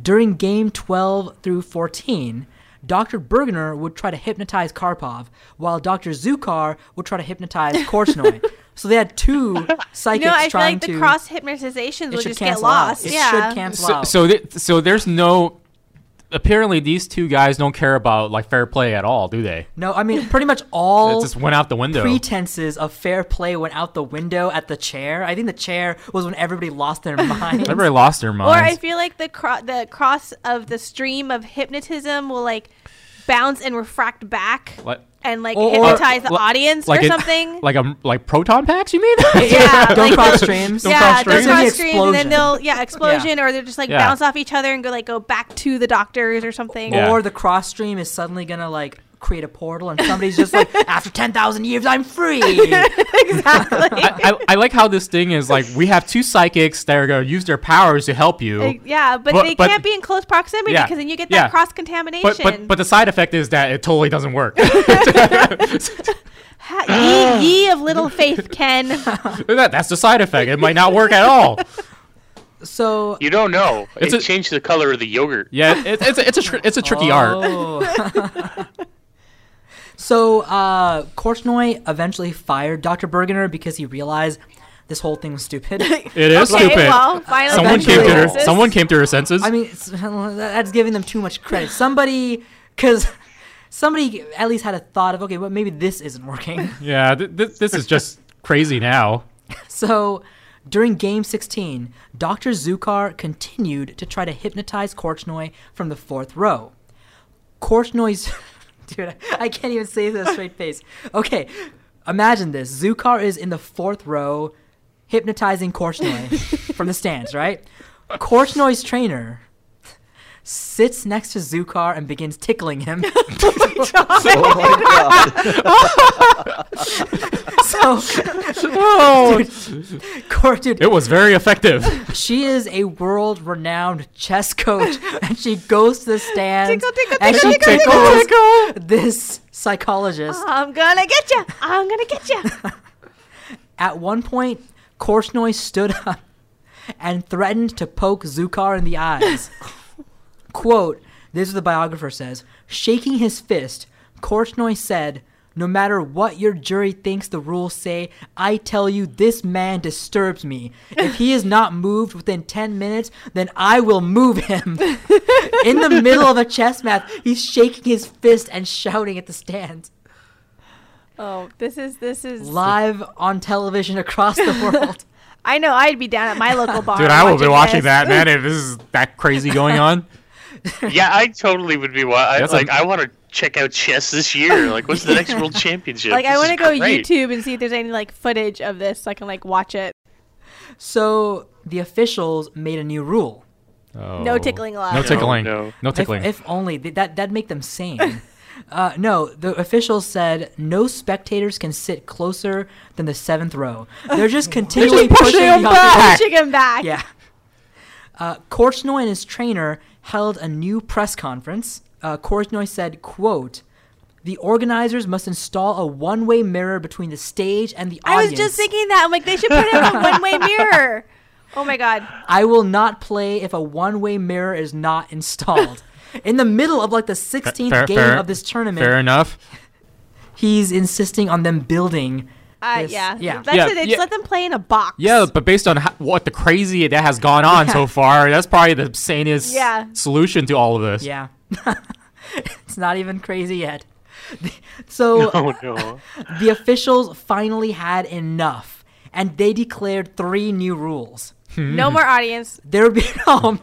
Speaker 1: During game 12 through 14, Dr. Bergener would try to hypnotize Karpov, while Dr. Zukar would try to hypnotize Korsnoy. so they had two psychics
Speaker 2: No, I feel
Speaker 1: trying
Speaker 2: like
Speaker 1: to.
Speaker 2: the cross hypnotizations
Speaker 1: it
Speaker 2: will
Speaker 1: should
Speaker 2: just get
Speaker 1: cancel
Speaker 2: lost.
Speaker 1: Out. It
Speaker 2: yeah.
Speaker 1: should cancel
Speaker 6: So
Speaker 1: out.
Speaker 6: so, th- so there's no. Apparently, these two guys don't care about like fair play at all, do they?
Speaker 1: no, I mean, pretty much
Speaker 6: It
Speaker 1: all.
Speaker 6: just went out the window.
Speaker 1: pretenses of fair play went out the window at the chair. I think the chair was when everybody lost their mind.
Speaker 6: Everybody lost their
Speaker 2: or I
Speaker 6: minds.
Speaker 2: feel like the cro- the cross of the stream of hypnotism will like bounce and refract back
Speaker 6: Like-
Speaker 2: and like
Speaker 1: Or- or-
Speaker 2: hypnotize the
Speaker 6: li-
Speaker 2: audience
Speaker 6: like
Speaker 2: or
Speaker 6: it-
Speaker 2: something.
Speaker 6: Like a like proton packs, you mean?
Speaker 2: yeah,
Speaker 1: don't
Speaker 2: like-
Speaker 1: cross streams.
Speaker 6: Don't
Speaker 2: yeah, don't cross
Speaker 6: cross streams.
Speaker 1: There's gonna be
Speaker 2: streams, and then
Speaker 1: explosion.
Speaker 2: they'll yeah explosion, or they're just like
Speaker 6: Yeah.
Speaker 2: bounce off each other and go like go back to the doctors or something.
Speaker 6: Yeah.
Speaker 1: Or the cross stream is suddenly gonna like create a portal, and somebody's just like, after ten thousand years, I'm free.
Speaker 6: I, I, I like how this thing is like we have two psychics that are gonna use their powers to help you.
Speaker 2: Like, yeah, but,
Speaker 6: But-
Speaker 2: they
Speaker 6: but-
Speaker 2: can't be in close proximity
Speaker 6: Yeah,
Speaker 2: because then you get
Speaker 6: yeah.
Speaker 2: that cross contamination.
Speaker 6: but, but but the side effect is that it totally doesn't work.
Speaker 2: Ha- ye, ye of little faith, Ken.
Speaker 6: that, that's the side effect. It might not work at all.
Speaker 1: So
Speaker 3: You don't know.
Speaker 6: It's
Speaker 3: it
Speaker 6: a-
Speaker 3: changed the color of the yogurt.
Speaker 6: Yeah, it, it's a, it's a tr- it's a tricky art.
Speaker 1: Oh. so uh, Korchnoi eventually fired Dr. Bergener because he realized this whole thing was stupid.
Speaker 6: It is
Speaker 2: okay,
Speaker 6: stupid.
Speaker 2: well, finally
Speaker 6: someone
Speaker 1: eventually
Speaker 6: came to
Speaker 1: it
Speaker 6: her.
Speaker 1: exists.
Speaker 6: Someone came to her senses.
Speaker 1: I mean, it's, that's giving them too much credit. Somebody, because somebody at least had a thought of, okay, well, maybe this isn't working.
Speaker 6: yeah, th- th- this is just crazy now.
Speaker 1: So during game 16, Dr. Zukar continued to try to hypnotize Korchnoi from the fourth row. Korchnoi's. Dude, I can't even say this with a straight face. Okay, imagine this. Zukar is in the fourth row hypnotizing Korchnoi from the stands, right? Korchnoi's trainer sits next to Zukar and begins tickling him.
Speaker 5: oh my god.
Speaker 1: so,
Speaker 6: Oh,
Speaker 1: Kor- dude,
Speaker 6: it was very effective.
Speaker 1: She is a world-renowned chess coach, and she goes to the stands
Speaker 2: Tickle, tickle,
Speaker 1: and
Speaker 2: tickle,
Speaker 1: she
Speaker 2: tickle,
Speaker 1: tickles this psychologist.
Speaker 2: I'm gonna get you. I'm gonna get you.
Speaker 1: At one point, Korsnoy stood up and threatened to poke Zukar in the eyes. Quote, this is what the biographer says, shaking his fist, Korsnoy said, no matter what your jury thinks the rules say, I tell you this man disturbs me. If he is not moved within 10 minutes, then I will move him. In the middle of a chess match, he's shaking his fist and shouting at the stands,
Speaker 2: Oh, this is this is.
Speaker 1: live on television across the world.
Speaker 2: I know I'd be down at my local bar.
Speaker 6: Dude, I will be watching
Speaker 2: this.
Speaker 6: that, man. If this is that crazy going on,
Speaker 3: Yeah, I totally would be. Wa- I,
Speaker 6: That's a-
Speaker 3: like, I want to check out chess this year. Like, what's the next world championship?
Speaker 2: Like I
Speaker 3: This
Speaker 2: want to go
Speaker 3: is great.
Speaker 2: YouTube and see if there's any like footage of this so I can like watch it.
Speaker 1: So the officials made a new rule.
Speaker 6: Oh.
Speaker 2: No tickling allowed.
Speaker 6: No
Speaker 2: No,
Speaker 6: tickling. No,
Speaker 3: no.
Speaker 1: If,
Speaker 6: tickling.
Speaker 1: if only th- that that'd make them sane. Uh, no, the officials said no spectators can sit closer than the seventh row. They're just continually
Speaker 6: pushing
Speaker 1: pushing,
Speaker 6: them
Speaker 1: the opposition-
Speaker 6: back.
Speaker 2: Chicken back.
Speaker 1: Yeah. Uh, Korchnoi and his trainer held a new press conference. Uh, Korchnoi said, quote, the organizers must install a one-way mirror between the stage and the
Speaker 2: I
Speaker 1: audience.
Speaker 2: was just thinking that. I'm like, they should put in a one way mirror. Oh my god.
Speaker 1: I will not play if a one-way mirror is not installed. In the middle of like the 16th
Speaker 6: Fair-
Speaker 1: game
Speaker 6: fair-
Speaker 1: of this tournament,
Speaker 6: Fair enough.
Speaker 1: he's insisting on them building.
Speaker 2: Uh,
Speaker 1: This-
Speaker 2: yeah.
Speaker 1: yeah.
Speaker 2: That's
Speaker 6: Yeah,
Speaker 2: it. They
Speaker 6: yeah.
Speaker 2: just let them play in a box.
Speaker 6: Yeah, but based on ho- what the crazy that has gone on so far, that's probably the sanest
Speaker 2: Yeah.
Speaker 6: solution to all of this.
Speaker 1: Yeah. it's not even crazy yet. So
Speaker 3: Oh no.
Speaker 1: the officials finally had enough and they declared three new rules.
Speaker 2: No more audience.
Speaker 1: There would be no,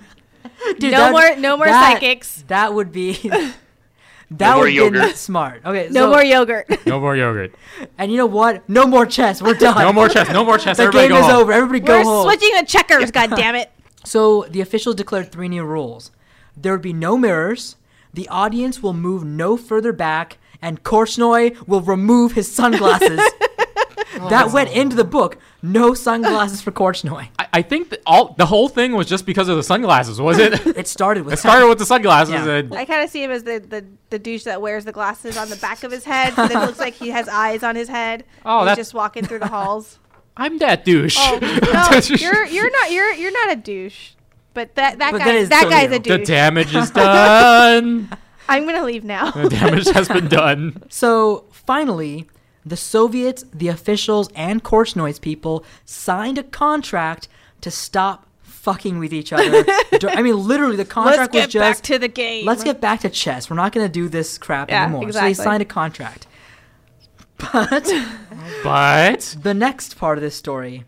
Speaker 1: Dude,
Speaker 2: No
Speaker 1: that-
Speaker 2: more- no more
Speaker 1: that-
Speaker 2: psychics.
Speaker 1: That would be that
Speaker 3: more
Speaker 1: would be
Speaker 3: yogurt.
Speaker 1: not smart. Okay,
Speaker 2: No
Speaker 1: so-
Speaker 2: more yogurt.
Speaker 6: No more yogurt.
Speaker 1: And you know what? No more chess. We're done.
Speaker 6: No more chess. No more chess.
Speaker 1: The
Speaker 6: Everybody
Speaker 1: game
Speaker 6: go
Speaker 1: is
Speaker 6: home.
Speaker 1: over. Everybody go
Speaker 2: We're
Speaker 1: home.
Speaker 2: switching to checkers, god damn it.
Speaker 1: So the officials declared three new rules. There would be no mirrors, the audience will move no further back, and Korchnoi will remove his sunglasses. that went into the book. No sunglasses for Korchnoi.
Speaker 6: I, I think that all the whole thing was just because of the sunglasses, was it? it
Speaker 1: It started with
Speaker 6: started with the sunglasses.
Speaker 1: Yeah.
Speaker 6: And
Speaker 2: I kind of see him as the, the, the douche that wears the glasses on the back of his head. So that it looks like he has eyes on his head.
Speaker 6: Oh,
Speaker 2: he's
Speaker 6: that's-
Speaker 2: just walking through the halls.
Speaker 6: I'm that douche.
Speaker 2: Oh, no, you're you're not you're you're not a douche. But that that
Speaker 1: But
Speaker 2: guy
Speaker 1: that is
Speaker 2: that,
Speaker 1: so
Speaker 2: guy's
Speaker 1: you.
Speaker 2: a
Speaker 6: the
Speaker 2: douche.
Speaker 6: damage is done.
Speaker 2: I'm gonna leave now.
Speaker 6: the damage has been done.
Speaker 1: So finally, the Soviets, the officials, and Korchnoi's people signed a contract to stop fucking with each other. Dur- I mean, literally, the
Speaker 2: Let's
Speaker 1: contract
Speaker 2: get
Speaker 1: was just
Speaker 2: back to the game.
Speaker 1: let's get back to chess. We're not going to do this crap
Speaker 2: Yeah,
Speaker 1: anymore. So
Speaker 2: exactly.
Speaker 1: they signed a contract. But
Speaker 6: But
Speaker 1: the next part of this story,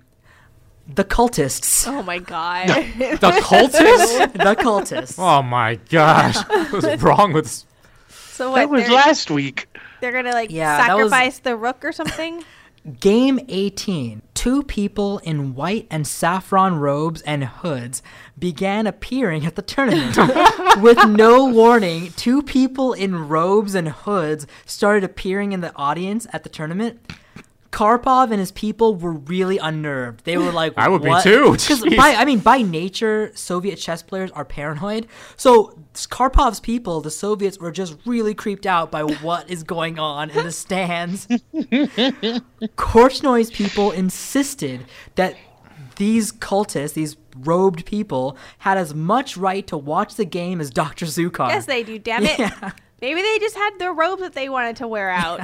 Speaker 1: the cultists,
Speaker 2: Oh my god.
Speaker 6: the cultists.
Speaker 1: the cultists.
Speaker 6: Oh my gosh, what's wrong with? s-
Speaker 2: So what?
Speaker 3: That was
Speaker 2: they're,
Speaker 3: last week.
Speaker 2: they're gonna like
Speaker 1: Yeah, that was-
Speaker 2: sacrifice the rook or something?
Speaker 1: Game 18. Two people in white and saffron robes and hoods began appearing at the tournament. With no warning, two people in robes and hoods started appearing in the audience at the tournament. Karpov and his people were really unnerved. They were like,
Speaker 6: I would be
Speaker 1: "What?"
Speaker 6: too.
Speaker 1: 'Cause
Speaker 6: Jeez.
Speaker 1: by I mean by nature, Soviet chess players are paranoid. So Karpov's people, the Soviets, were just really creeped out by what is going on in the stands. Korchnoi's people insisted that these cultists, these robed people, had as much right to watch the game as Dr. Zukar.
Speaker 2: yes, they do. Damn it.
Speaker 1: Yeah.
Speaker 2: Maybe they just had their robes that they wanted to wear out.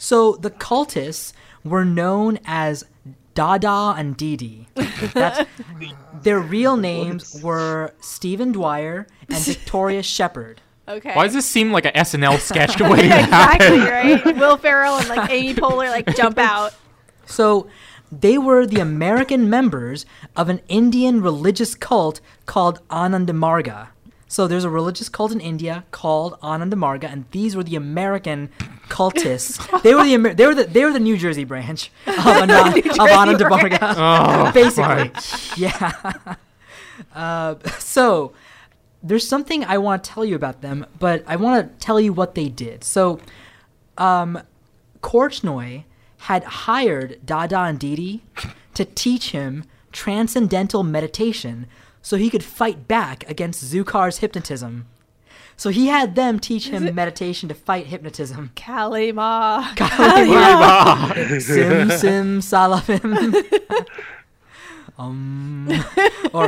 Speaker 1: So the cultists were known as Dada and Didi. That's, their real names were Stephen Dwyer and Victoria Shepherd.
Speaker 2: Okay.
Speaker 6: Why does this seem like an SNL sketch waiting to happen?
Speaker 2: exactly right? Will Ferrell and like Amy Poehler like jump out.
Speaker 1: So they were the American members of an Indian religious cult called Anandamarga. So there's a religious cult in India called Anandamarga, and these were the American cultists. they were the Amer- they were the they were the New Jersey branch of, Ana- of Anandamarga,
Speaker 6: Oh,
Speaker 1: basically. Yeah. Uh, so there's something I want to tell you about them, but I want to tell you what they did. So Korchnoi had hired Dada and Didi to teach him transcendental meditation so he could fight back against Zukar's hypnotism. So he had them teach him meditation to fight hypnotism.
Speaker 2: Kalima.
Speaker 1: sim sim salafim. um, or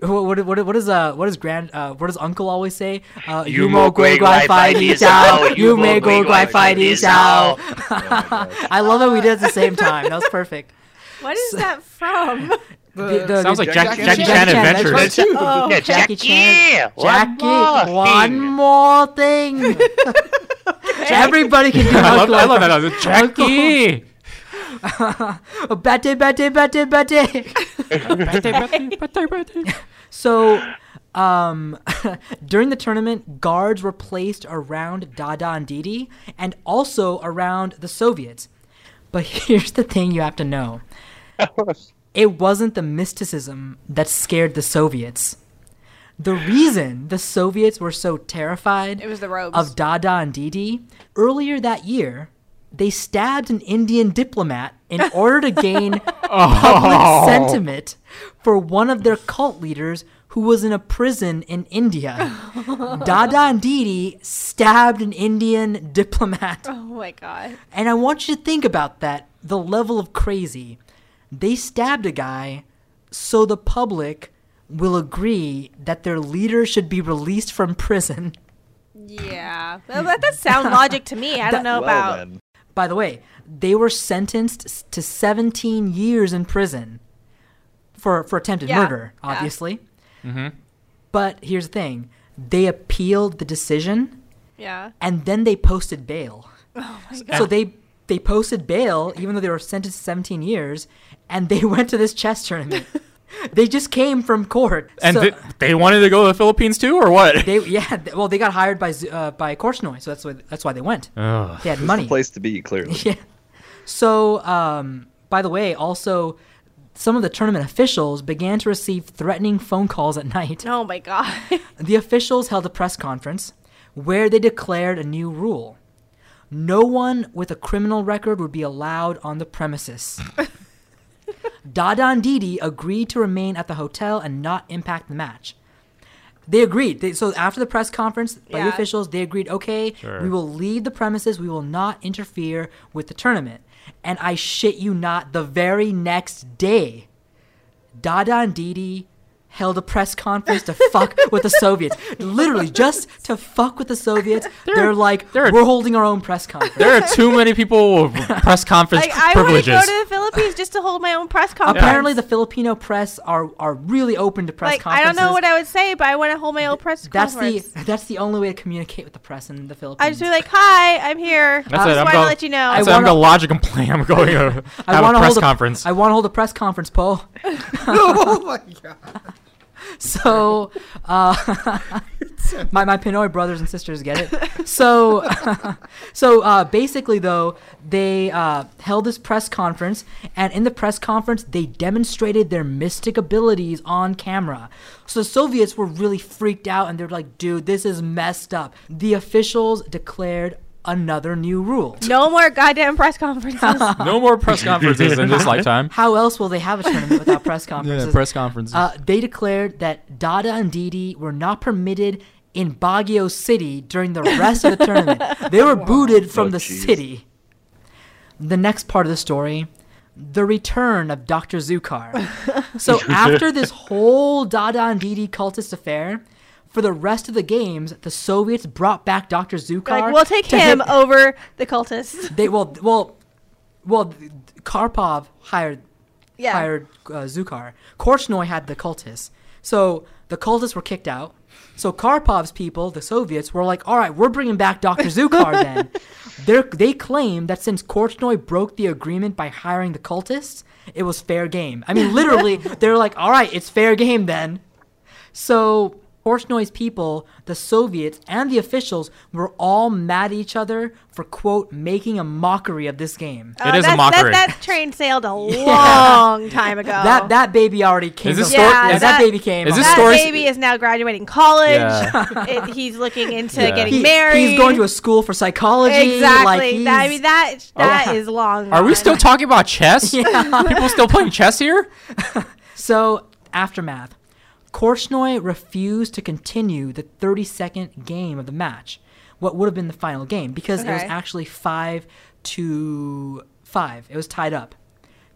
Speaker 1: uh, what, what, what is uh what does grand uh, what does uncle always say? Uh,
Speaker 3: You mo gui guai fai di zhao.
Speaker 1: you may go guai fai di zhao.
Speaker 5: Oh
Speaker 1: I love that we did it at the same time. That was perfect.
Speaker 2: What is that from?
Speaker 1: The- the-
Speaker 6: Sounds
Speaker 1: the-
Speaker 6: like Jack,
Speaker 5: Jackie
Speaker 6: Jackie
Speaker 5: Chan
Speaker 6: Chan
Speaker 1: Adventures.
Speaker 6: Adventures.
Speaker 2: Oh,
Speaker 3: Yeah,
Speaker 1: Jackie
Speaker 3: Jackie,
Speaker 1: Chan.
Speaker 3: One
Speaker 1: Jackie,
Speaker 3: more
Speaker 1: one
Speaker 3: thing.
Speaker 1: more thing. Everybody can do
Speaker 6: I love, I
Speaker 1: Uncle.
Speaker 6: love that. I was- Jackie.
Speaker 1: Oh, Bate, bate, bate, bate. So, um, during the tournament, guards were placed around Dada and Didi and also around the Soviets. But here's the thing you have to know it wasn't the mysticism that scared the Soviets. The reason the Soviets were so terrified
Speaker 2: It was the robes.
Speaker 1: of Dada and Didi earlier that year, they stabbed an Indian diplomat in order to gain public sentiment for one of their cult leaders who was in a prison in India. Dada and Didi stabbed an Indian diplomat.
Speaker 2: oh my god.
Speaker 1: And I want you to think about that the level of crazy. They stabbed a guy so the public will agree that their leader should be released from prison.
Speaker 2: Yeah. That, that does sound logic to me. I don't know
Speaker 5: well,
Speaker 2: about.
Speaker 5: then.
Speaker 1: By the way, they were sentenced s- to 17 years in prison for, for attempted
Speaker 2: Yeah,
Speaker 1: murder,
Speaker 2: yeah.
Speaker 1: obviously.
Speaker 6: Mm-hmm.
Speaker 1: But here's the thing they appealed the decision
Speaker 2: Yeah.
Speaker 1: and then they posted bail. So
Speaker 2: Oh
Speaker 6: God.
Speaker 1: they they posted bail even though they were sentenced to 17 years and they went to this chess tournament. they just came from court.
Speaker 6: And
Speaker 1: so
Speaker 6: th- they wanted to go to the Philippines too, or what?
Speaker 1: they yeah, th- well they got hired by Z- uh, by Korchnoi, so that's why that's why they went.
Speaker 6: Ugh.
Speaker 1: They had money.
Speaker 5: Place to be clearly.
Speaker 1: Yeah. So, um, by the way, also some of the tournament officials began to receive threatening phone calls at night.
Speaker 2: Oh my god.
Speaker 1: The officials held a press conference where they declared a new rule. No one with a criminal record would be allowed on the premises. Dada and Didi agreed to remain at the hotel and not impact the match. They agreed. They, so after the press conference by the
Speaker 2: Yeah.
Speaker 1: officials, they agreed, okay, we will leave the premises. We will not interfere with the tournament. And I shit you not, the very next day, Dada and Didi held a press conference to fuck with the Soviets. Literally, just to fuck with the Soviets. They're, like,
Speaker 6: they're-
Speaker 1: we're holding our own press conference.
Speaker 6: There are too many people with press conference
Speaker 2: Like I want to
Speaker 6: privileges.
Speaker 2: go to the Philippines just to hold my own press conference.
Speaker 1: Apparently, the Filipino press are, are really open to press
Speaker 2: like I don't
Speaker 1: conferences.
Speaker 2: know what I would say, but I want to hold my own press
Speaker 1: that's
Speaker 2: conference.
Speaker 1: the that's the only way to communicate with the press in the Philippines.
Speaker 2: I just be like, "Hi, I'm here.
Speaker 6: That's
Speaker 2: I
Speaker 6: it.
Speaker 2: just
Speaker 6: I'm
Speaker 2: want to
Speaker 6: going-
Speaker 2: let you know."
Speaker 1: I
Speaker 6: That's
Speaker 1: wanna-
Speaker 6: I'm gonna log a complaint. I'm going to
Speaker 1: I
Speaker 6: have a
Speaker 1: wanna
Speaker 6: press
Speaker 1: hold
Speaker 6: conference.
Speaker 1: I want to hold a press conference, Paul.
Speaker 4: oh my god.
Speaker 1: So, uh, my my Pinoy brothers and sisters get it. So, so uh, basically, though, they uh, held this press conference, and in the press conference, they demonstrated their mystic abilities on camera. So the Soviets were really freaked out, and they're like, "Dude, this is messed up." The officials declared another new rule.
Speaker 2: no more goddamn press conferences.
Speaker 6: no more press conferences in this lifetime.
Speaker 1: How else will they have a tournament without press conferences?
Speaker 6: conferences.
Speaker 1: Uh, they declared that Dada and Didi were not permitted in Baguio City during the rest of the tournament. They were booted from
Speaker 5: Oh,
Speaker 1: the
Speaker 5: jeez.
Speaker 1: city. The next part of the story, the return of Dr. Zukar. so after this whole Dada and Didi cultist affair, for the rest of the games, the Soviets brought back Dr. Zukar.
Speaker 2: like we'll take
Speaker 1: to
Speaker 2: him
Speaker 1: hit-
Speaker 2: over the cultists.
Speaker 1: they well, well, well. th- Karpov hired
Speaker 2: Yeah.
Speaker 1: hired uh, Zukar. Korchnoi had the cultists. So the cultists were kicked out. So Karpov's people, the Soviets, were like, all right, we're bringing back Dr. Zukar then. They're, they claim that since Korchnoi broke the agreement by hiring the cultists, it was fair game. I mean, literally, they're like, all right, it's fair game then. So Korchnoi's people, the Soviets, and the officials were all mad at each other for, quote, making a mockery of this game.
Speaker 2: Uh,
Speaker 6: It is a
Speaker 2: that-
Speaker 6: mockery.
Speaker 2: That, that train sailed a long time ago.
Speaker 1: That, that baby already came.
Speaker 6: Is this
Speaker 1: to-
Speaker 6: story-
Speaker 1: yeah,
Speaker 2: is
Speaker 1: that
Speaker 2: that-
Speaker 1: baby came.
Speaker 6: is
Speaker 1: up.
Speaker 6: this
Speaker 2: That
Speaker 6: story-
Speaker 2: baby is now graduating college.
Speaker 6: Yeah.
Speaker 2: It- he's looking into
Speaker 6: Yeah.
Speaker 2: getting
Speaker 1: He-
Speaker 2: married.
Speaker 1: He's going to a school for psychology. Like
Speaker 2: exactly. that, I
Speaker 1: he's-
Speaker 2: mean that that is long.
Speaker 6: Are we
Speaker 2: gone.
Speaker 6: still talking about chess? People still playing chess here?
Speaker 1: So, aftermath. Korchnoi refused to continue the 32nd game of the match, what would have been the final game, because it was
Speaker 2: Okay.
Speaker 1: actually 5 to 5. It was tied up.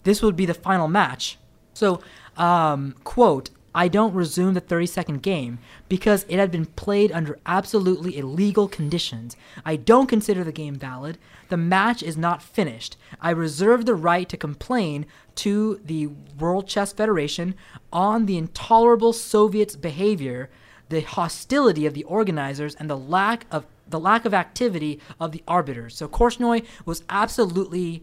Speaker 1: This would be the final match. So, um, quote, I don't resume the 32nd game because it had been played under absolutely illegal conditions. I don't consider the game valid. The match is not finished. I reserve the right to complain to the World Chess Federation on the intolerable Soviets' behavior, the hostility of the organizers, and the lack of the lack of activity of the arbiters. So Korchnoi was absolutely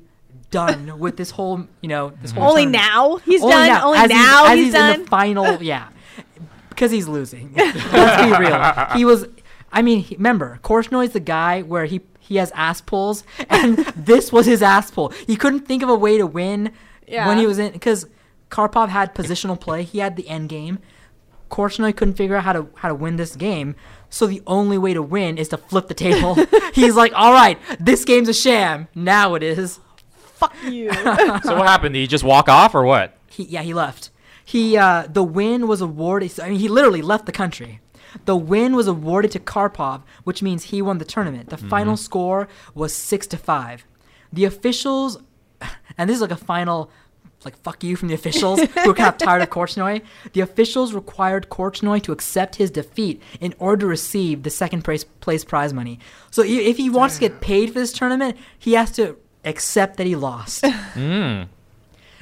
Speaker 1: done with this whole, you know, this whole
Speaker 2: only
Speaker 1: tournament
Speaker 2: now? He's done. Only
Speaker 1: as
Speaker 2: now
Speaker 1: as
Speaker 2: he's,
Speaker 1: in
Speaker 2: done.
Speaker 1: the final. Yeah, because he's losing. Let's be real. He was. I mean, he, remember, Korshnoy's the guy where he he has ass pulls, and this was his ass pull. He couldn't think of a way to win
Speaker 2: Yeah.
Speaker 1: when he was in because Karpov had positional play. He had the end game. Korchnoi couldn't figure out how to how to win this game, so the only way to win is to flip the table. He's like, "All right, this game's a sham. Now it is."
Speaker 2: Fuck you.
Speaker 6: So what happened? Did you just walk off or what?
Speaker 1: He, yeah, he left. He uh, the win was awarded. I mean, he literally left the country. The win was awarded to Karpov, which means he won the tournament. The final score was six to five. The officials, and this is like a final, like fuck you from the officials who are kind of tired of Korchnoi. The officials required Korchnoi to accept his defeat in order to receive the second place, place prize money. So i- if he wants to get paid for this tournament, he has to accept that he lost.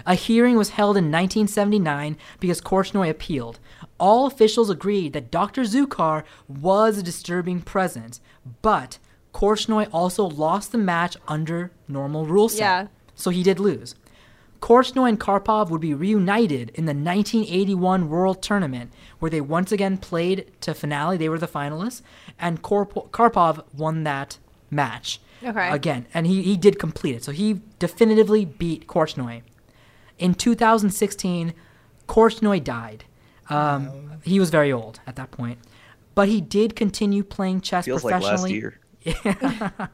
Speaker 1: A hearing was held in 1979 because Korchnoi appealed. All officials agreed that Dr. Zukar was a disturbing presence, but Korchnoi also lost the match under normal rule set.
Speaker 2: Yeah.
Speaker 1: So he did lose. Korchnoi and Karpov would be reunited in the 1981 World Tournament, where they once again played to finale. They were the finalists, and Korp- Karpov won that match.
Speaker 2: Okay.
Speaker 1: Again, and he, he did complete it. So he definitively beat Korchnoi. In 2016, Korchnoi died. Um, he was very old at that point, but he did continue playing chess
Speaker 5: Feels like
Speaker 1: professionally.
Speaker 5: last year.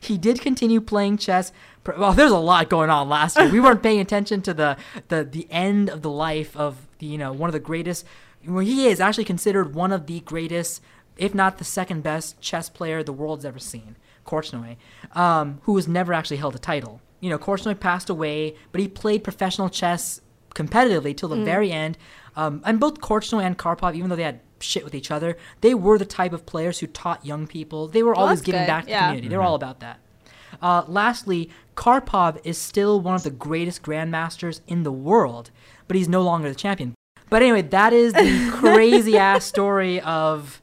Speaker 1: He did continue playing chess. pro- Well, there's a lot going on last year. We weren't paying attention to the the the end of the life of the, you know one of the greatest. Well, he is actually considered one of the greatest, if not the second best chess player the world's ever seen, Korchnoi, um, who has never actually held a title. You know, Korchnoi passed away, but he played professional chess competitively till the
Speaker 2: Mm.
Speaker 1: very end. Um, and both Korchnoi and Karpov, even though they had shit with each other, they were the type of players who taught young people. They were always
Speaker 2: that's
Speaker 1: giving
Speaker 2: good.
Speaker 1: back to the
Speaker 2: Yeah.
Speaker 1: community. They're
Speaker 2: Mm-hmm.
Speaker 1: all about that. Uh, lastly, Karpov is still one of the greatest grandmasters in the world, but he's no longer the champion. But anyway, that is the crazy ass story of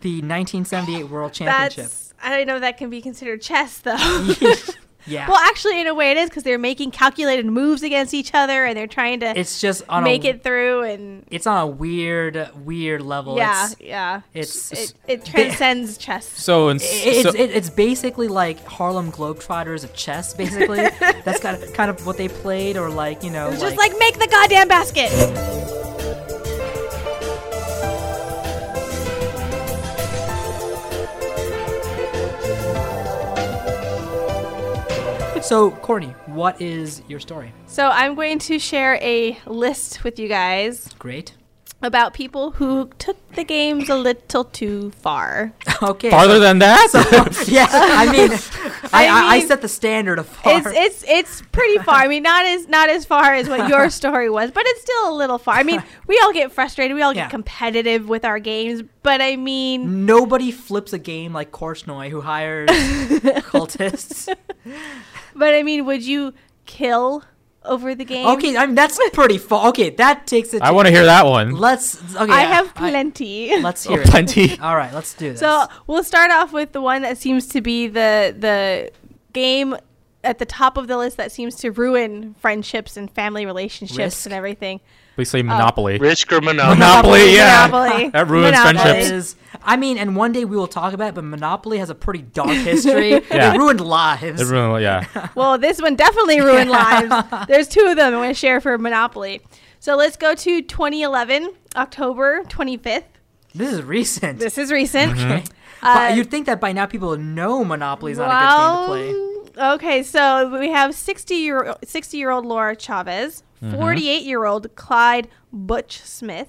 Speaker 1: the 1978 World Championship.
Speaker 2: That's. I don't know if that can be considered chess, though.
Speaker 1: yeah.
Speaker 2: Well, actually, in a way, it is because they're making calculated moves against each other, and they're trying to
Speaker 1: it's just on
Speaker 2: make
Speaker 1: a
Speaker 2: it through. And
Speaker 1: it's on a weird weird level.
Speaker 2: yeah,
Speaker 1: It's-
Speaker 2: yeah,
Speaker 1: it's-
Speaker 2: it, it transcends chess.
Speaker 6: So and
Speaker 1: It's,
Speaker 6: so,
Speaker 1: it- it's basically like Harlem Globetrotters of chess, basically. That's kind of, kind of what they played, or like, you know.
Speaker 2: It's just like make the goddamn basket.
Speaker 1: So, Courtney, what is your story?
Speaker 2: So I'm going to share a list with you guys
Speaker 1: Great.
Speaker 2: about people who took the games a little too far.
Speaker 1: Okay.
Speaker 6: farther than that.
Speaker 1: yeah, I mean, I, I, I
Speaker 2: mean,
Speaker 1: set the standard of far.
Speaker 2: It's it's it's pretty far. I mean, not as not as far as what your story was, but it's still a little far. I mean, we all get frustrated. We all
Speaker 1: Yeah.
Speaker 2: get competitive with our games, but I mean,
Speaker 1: Nobody flips a game like Korsnoy, who hires cultists.
Speaker 2: but I mean, would you kill over the game?
Speaker 1: Okay, I mean that's pretty far. Okay, that takes it.
Speaker 6: I want to hear that one.
Speaker 1: Let's. Okay,
Speaker 2: I
Speaker 1: yeah,
Speaker 2: have plenty.
Speaker 1: let's
Speaker 6: Oh,
Speaker 1: hear it.
Speaker 6: plenty.
Speaker 1: All right, let's do this.
Speaker 2: So we'll start off with the one that seems to be the the game at the top of the list that seems to ruin friendships and family relationships
Speaker 1: Risk?
Speaker 2: and everything.
Speaker 6: Please
Speaker 2: Uh,
Speaker 6: say Monopoly.
Speaker 3: Risk or Monopoly?
Speaker 6: Monopoly, yeah.
Speaker 2: Monopoly.
Speaker 6: That ruins
Speaker 2: Monopoly.
Speaker 1: that
Speaker 6: friendships.
Speaker 1: is. I mean, and one day we will talk about it. But Monopoly has a pretty dark history.
Speaker 6: Yeah.
Speaker 1: It ruined lives.
Speaker 6: Everyone, yeah.
Speaker 2: Well, this one definitely ruined lives. There's two of them I'm going to share for Monopoly. So let's go to 2011, October 25th.
Speaker 1: this is recent.
Speaker 2: This is recent.
Speaker 6: Mm-hmm.
Speaker 1: But
Speaker 2: uh,
Speaker 1: you'd think that by now people would know Monopoly is not a good game to play.
Speaker 2: Well, Okay, so we have 60 year 60 year old Laura Chavez,
Speaker 1: Mm-hmm.
Speaker 2: 48 year old Clyde Butch Smith,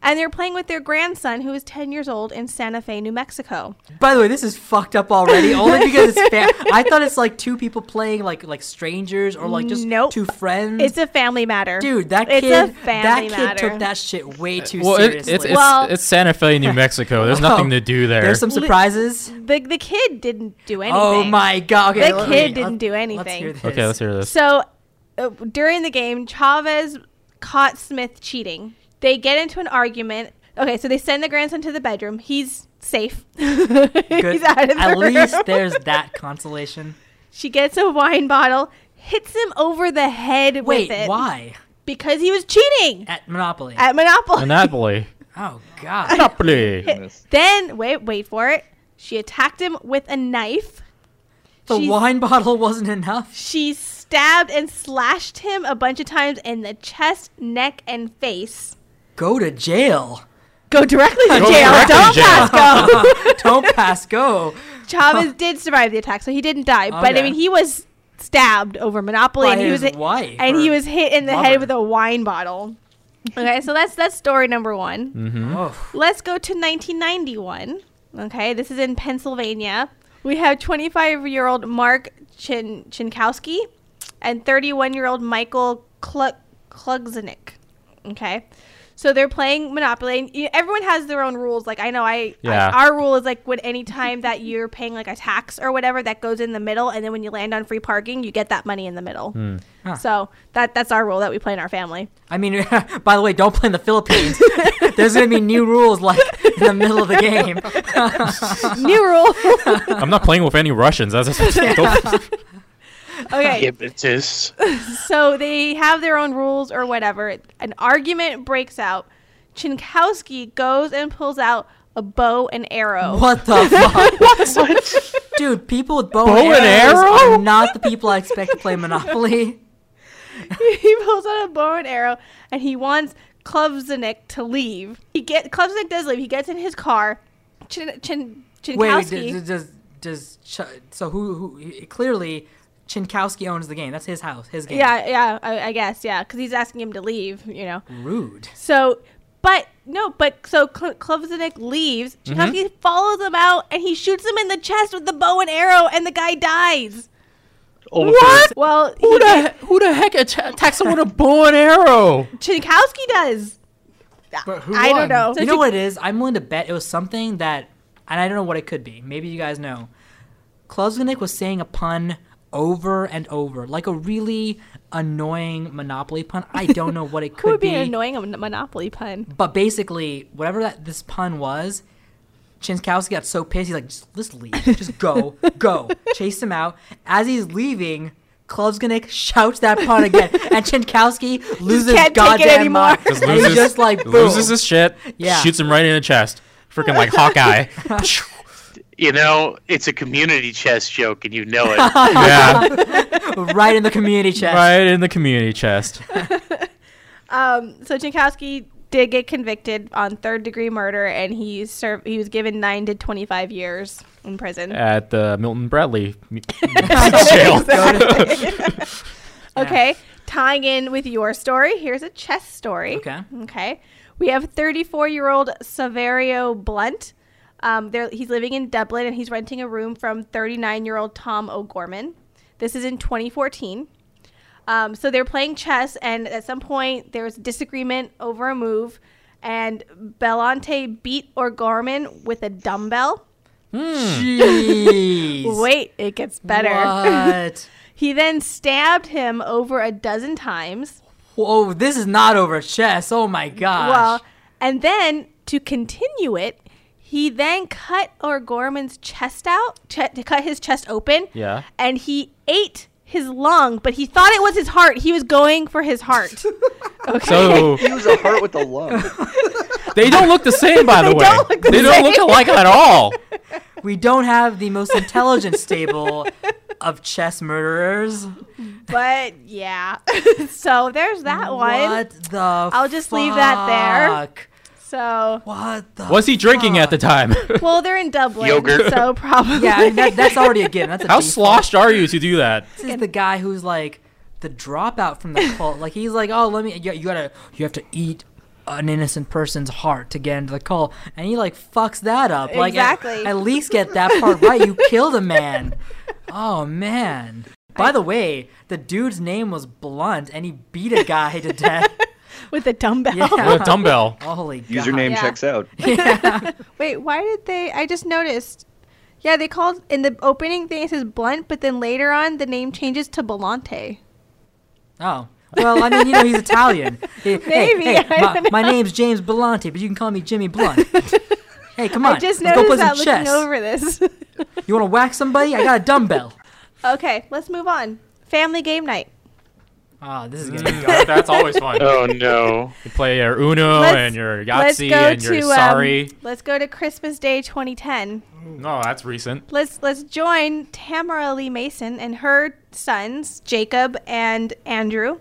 Speaker 2: and they're playing with their grandson who is 10 years old in Santa Fe, New Mexico.
Speaker 1: By the way, this is fucked up already. Only because it's fam- I thought it's like two people playing like like strangers or like just
Speaker 2: Nope.
Speaker 1: two friends.
Speaker 2: It's a family matter.
Speaker 1: Dude, that
Speaker 2: it's
Speaker 1: kid,
Speaker 2: a
Speaker 1: that
Speaker 2: family
Speaker 1: kid
Speaker 2: matter.
Speaker 1: took that shit way too
Speaker 6: Well, it, it's
Speaker 1: seriously.
Speaker 6: it's,
Speaker 2: Well- Oh,
Speaker 6: it's Santa Fe, New Mexico. There's nothing to do there.
Speaker 1: There's some
Speaker 2: Li-
Speaker 1: surprises.
Speaker 2: The, the kid didn't do anything.
Speaker 1: Oh my god! Okay,
Speaker 2: The
Speaker 1: let-
Speaker 2: kid
Speaker 1: okay,
Speaker 2: didn't
Speaker 1: let-
Speaker 2: do
Speaker 1: Let's
Speaker 2: anything.
Speaker 1: hear this.
Speaker 6: okay, let's hear this.
Speaker 2: So uh, during the game, Chavez caught Smith cheating. They get into an argument. Okay, so they send the grandson to the bedroom. He's safe. He's out of the
Speaker 1: At
Speaker 2: room.
Speaker 1: least there's that consolation.
Speaker 2: She gets a wine bottle, hits him over the head
Speaker 1: Wait,
Speaker 2: with it.
Speaker 1: why
Speaker 2: Because he was cheating
Speaker 1: at Monopoly?
Speaker 2: at Monopoly.
Speaker 6: Monopoly.
Speaker 1: oh god!
Speaker 6: Monopoly.
Speaker 5: Goodness.
Speaker 2: then wait, wait for it. She attacked him with a knife.
Speaker 1: The
Speaker 2: she's-
Speaker 1: wine bottle wasn't enough.
Speaker 2: She stabbed and slashed him a bunch of times in the chest, neck, and face.
Speaker 1: Go to jail.
Speaker 2: Go directly to
Speaker 6: Go
Speaker 2: jail.
Speaker 6: directly to
Speaker 2: Don't
Speaker 6: jail.
Speaker 2: pass go.
Speaker 1: Don't pass go.
Speaker 2: Chavez did survive the attack, so he didn't die. But I
Speaker 1: Okay.
Speaker 2: mean, he was stabbed over Monopoly,
Speaker 1: Oh, By
Speaker 2: and he was
Speaker 1: his wife
Speaker 2: and he
Speaker 1: or
Speaker 2: was hit in the head
Speaker 1: lover.
Speaker 2: with a wine bottle. Okay, so that's that's story number one.
Speaker 1: Oh,
Speaker 2: Let's go to 1991. Okay, this is in Pennsylvania. We have 25 year old Mark Chin- Chinkowski and 31 year old Michael Klug- Klugznick. Okay, so they're playing Monopoly. And y- everyone has their own rules. Like, I know I,
Speaker 6: Yeah.
Speaker 2: I- our rule is like when any time that you're paying like a tax or whatever that goes in the middle, and then when you land on free parking, you get that money in the middle. So that that's our rule that we play in our family.
Speaker 1: I mean, by the way, don't play in the Philippines. There's gonna be new rules like in the middle of the game.
Speaker 2: New rule.
Speaker 6: I'm not playing with any Russians. That's don't-
Speaker 2: Okay.
Speaker 3: Hypnotist.
Speaker 2: So they have their own rules or whatever. An argument breaks out. Chinkowski goes and pulls out a bow and arrow.
Speaker 1: What the fuck? Dude, people with bow,
Speaker 6: Bow and
Speaker 1: arrows
Speaker 6: arrow?
Speaker 1: are not the people I expect to play Monopoly.
Speaker 2: he pulls out a bow and arrow and he wants Klubznick to leave. He get Klubznick does leave. He gets in his car. Chin, Chin,
Speaker 1: Wait,
Speaker 2: Chinkowski.
Speaker 1: does, does does Ch- so who who clearly Chinkowski owns the game. That's his house, his game.
Speaker 2: yeah, yeah, I, I guess, yeah, because he's asking him to leave, you know.
Speaker 1: Mm. Rude.
Speaker 2: So, but no, but so Kl- Klubznick leaves. Chinkowski follows him out and he shoots him in the chest with the bow and arrow, and the guy dies.
Speaker 3: Oh,
Speaker 2: Well,
Speaker 6: who
Speaker 2: he-
Speaker 6: the who the heck atta- attacks someone with a bow and arrow?
Speaker 2: Chinkowski does.
Speaker 4: But who
Speaker 2: I don't
Speaker 4: won?
Speaker 2: know. So
Speaker 1: you know
Speaker 2: Chink-
Speaker 1: what it is? I'm willing to bet it was something that, and I don't know what it could be. Maybe you guys know. Kluzganik was saying a pun over and over, like a really annoying Monopoly pun. I don't know what it
Speaker 2: Who
Speaker 1: could
Speaker 2: would be an annoying mon- Monopoly pun?
Speaker 1: But basically, whatever that this pun was, Chinskowski got so pissed. He's like, just, just leave. Just go. go. Chase him out. As he's leaving, Klubsganik shouts that pun again. And Chinskowski loses
Speaker 2: can't take it
Speaker 1: goddamn
Speaker 2: anymore.
Speaker 1: mind.
Speaker 6: Just
Speaker 1: And
Speaker 6: loses,
Speaker 1: he's just like, boom.
Speaker 6: loses his shit.
Speaker 1: Yeah.
Speaker 6: shoots him right in the chest. Freaking like Hawkeye.
Speaker 3: you know, it's a community chess joke, and you know it.
Speaker 6: yeah,
Speaker 1: right in the community chest.
Speaker 6: right in the community chest.
Speaker 2: Um, so Chinkowski did get convicted on third degree murder, and he served. He was given nine to twenty five years in prison.
Speaker 6: at the Milton Bradley mu- jail.
Speaker 2: Okay, tying in with your story, here's a chess story.
Speaker 1: Okay.
Speaker 2: Okay. We have 34 year old Saverio Blunt. Um, there, he's living in Dublin and he's renting a room from 39 year old Tom O'Gorman. This is in 2014. Um, so they're playing chess, and at some point there was disagreement over a move, and Bellante beat O'Gorman with a dumbbell.
Speaker 1: Jeez.
Speaker 2: Wait, it gets better.
Speaker 1: What?
Speaker 2: He then stabbed him over a dozen times.
Speaker 1: Whoa, this is not over chess. Oh my gosh.
Speaker 2: Well, and then to continue it, he then cut Orgorman's chest out, che- to cut his chest open.
Speaker 6: Yeah.
Speaker 2: And he ate his lung, but he thought it was his heart. He was going for his heart. Okay.
Speaker 6: So
Speaker 5: He was a heart with a lung.
Speaker 6: they don't look the same, by the
Speaker 2: They
Speaker 6: way.
Speaker 2: don't look the
Speaker 6: they don't look
Speaker 2: same.
Speaker 6: alike at all.
Speaker 1: we don't have the most intelligent stable of chess murderers.
Speaker 2: but yeah. so there's that one.
Speaker 1: What the I'll
Speaker 2: just leave that there. So,
Speaker 1: What the
Speaker 6: Was he drinking at the time?
Speaker 2: well, they're in Dublin.
Speaker 3: Yogurt.
Speaker 2: So probably.
Speaker 1: Yeah, I mean, that, that's already a given. That's a
Speaker 6: How
Speaker 1: default.
Speaker 6: sloshed are you to do that?
Speaker 1: This is the guy who's like the dropout from the cult. Like he's like, oh, let me. You, you gotta. You have to eat an innocent person's heart to get into the cult, and he like fucks that up. Like at-
Speaker 2: Exactly.
Speaker 1: At, least get that part right. You killed a man. Oh man. By the way, the dude's name was Blunt, and he beat a guy to death.
Speaker 2: With a dumbbell.
Speaker 6: With
Speaker 1: Yeah.
Speaker 6: a dumbbell.
Speaker 1: Holy god.
Speaker 5: Username
Speaker 2: Yeah.
Speaker 5: checks out.
Speaker 2: Wait, why did they? I just noticed. Yeah, they called in the opening thing. It says Blunt, but then later on the name changes to Belante.
Speaker 1: Oh. Well, I mean, you know, he's Italian. Hey, hey,
Speaker 2: Maybe,
Speaker 1: hey,
Speaker 2: I
Speaker 1: my,
Speaker 2: don't know.
Speaker 1: my name's James Bellante, but you can call me Jimmy Blunt. hey, come on.
Speaker 2: I just
Speaker 1: let's go play some
Speaker 2: noticed that looking
Speaker 1: chess.
Speaker 2: over this.
Speaker 1: You want to whack somebody? I got a dumbbell.
Speaker 2: okay, let's move on. Family game night.
Speaker 1: Oh, this is gonna be
Speaker 6: God, that's always fun.
Speaker 3: oh no!
Speaker 6: You play your Uno
Speaker 2: Let's-
Speaker 6: Oh, and your
Speaker 2: let's
Speaker 6: Yahtzee
Speaker 2: go
Speaker 6: and your
Speaker 2: to
Speaker 6: Sorry.
Speaker 2: Um, let's go to Christmas Day 2010.
Speaker 6: no, that's recent.
Speaker 2: Let's let's join Tamara Lee Mason and her sons Jacob and Andrew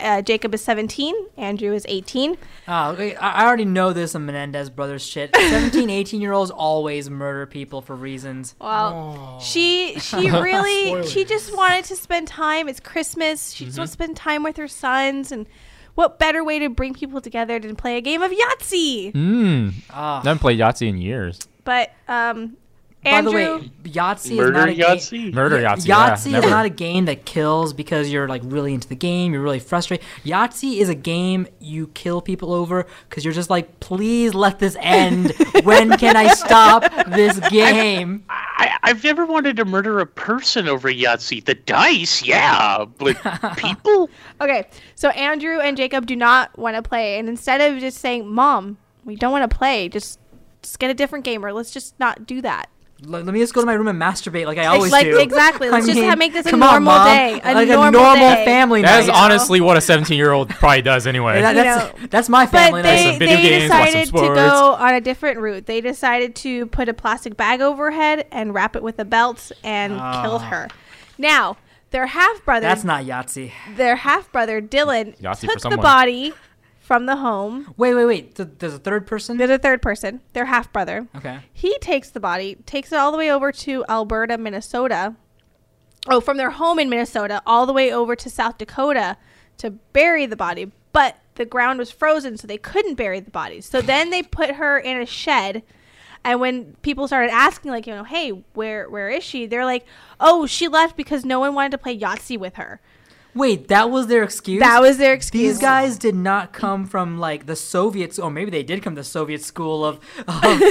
Speaker 2: Uh, Jacob is 17. Andrew is 18.
Speaker 1: Oh, okay, I I already know this some Menendez brothers shit. 17, 18 year olds always murder people for reasons.
Speaker 2: Well, she she really she
Speaker 4: Spoilers.
Speaker 2: just wanted to spend time. It's Christmas. She
Speaker 1: Mm-hmm.
Speaker 2: just wants to spend time with her sons, and what better way to bring people together than play a game of Yahtzee?
Speaker 1: Mm.
Speaker 6: Mmm.
Speaker 1: Ah.
Speaker 6: haven't played Yahtzee in years.
Speaker 2: But um,
Speaker 1: By
Speaker 2: Andrew,
Speaker 1: the way, Yahtzee is not
Speaker 3: Murder
Speaker 1: a game.
Speaker 3: Yahtzee?
Speaker 6: Murder Yahtzee. yeah,
Speaker 1: Yahtzee
Speaker 6: never.
Speaker 1: is not a game that kills because you're like really into the game. You're really frustrated. Yahtzee is a game you kill people over because you're just like, please let this end. when can I stop this game?
Speaker 3: I, I've never wanted to murder a person over Yahtzee. The dice, yeah, but people.
Speaker 2: okay, so Andrew and Jacob do not want to play, and instead of just saying, "Mom, we don't want to play," just just get a different game, or let's just not do that.
Speaker 1: L- let me just go to my room and masturbate like I always
Speaker 2: like,
Speaker 1: do.
Speaker 2: exactly.
Speaker 1: I
Speaker 2: Let's just
Speaker 1: mean,
Speaker 2: have, make this a
Speaker 1: come on,
Speaker 2: normal
Speaker 1: Mom.
Speaker 2: day, a
Speaker 1: like
Speaker 2: normal,
Speaker 1: a normal
Speaker 2: day.
Speaker 1: family
Speaker 6: That
Speaker 1: night.
Speaker 6: is honestly what a 17 year old probably does anyway.
Speaker 1: That-
Speaker 2: You
Speaker 1: that's,
Speaker 2: know.
Speaker 1: that's my family night.
Speaker 2: But
Speaker 6: Play
Speaker 2: they,
Speaker 6: some video
Speaker 2: they
Speaker 6: games, watch some
Speaker 2: decided to go
Speaker 6: sports.
Speaker 2: on a different route. They decided to put a plastic bag over her head and wrap it with a belt and
Speaker 6: Ah.
Speaker 2: kill her. Now, their half brother,
Speaker 1: That's not Yahtzee.
Speaker 2: their half brother Dylan,
Speaker 6: Yahtzee for
Speaker 2: took the
Speaker 6: someone.
Speaker 2: body from the home.
Speaker 1: Wait, wait, wait. Th- there's a third person.
Speaker 2: They're the third person, their half brother.
Speaker 1: Okay.
Speaker 2: He takes the body, takes it all the way over to Alberta, Minnesota. Oh, from their home in Minnesota all the way over to South Dakota to bury the body. But the ground was frozen, so they couldn't bury the body. So then they put her in a shed. And when people started asking, like, you know, hey, where where is she? They're like, oh, she left because no one wanted to play Yahtzee with her.
Speaker 1: Wait, that was their excuse.
Speaker 2: That was their excuse.
Speaker 1: These guys did not come from like the Soviets, or maybe they did come to the Soviet school of of,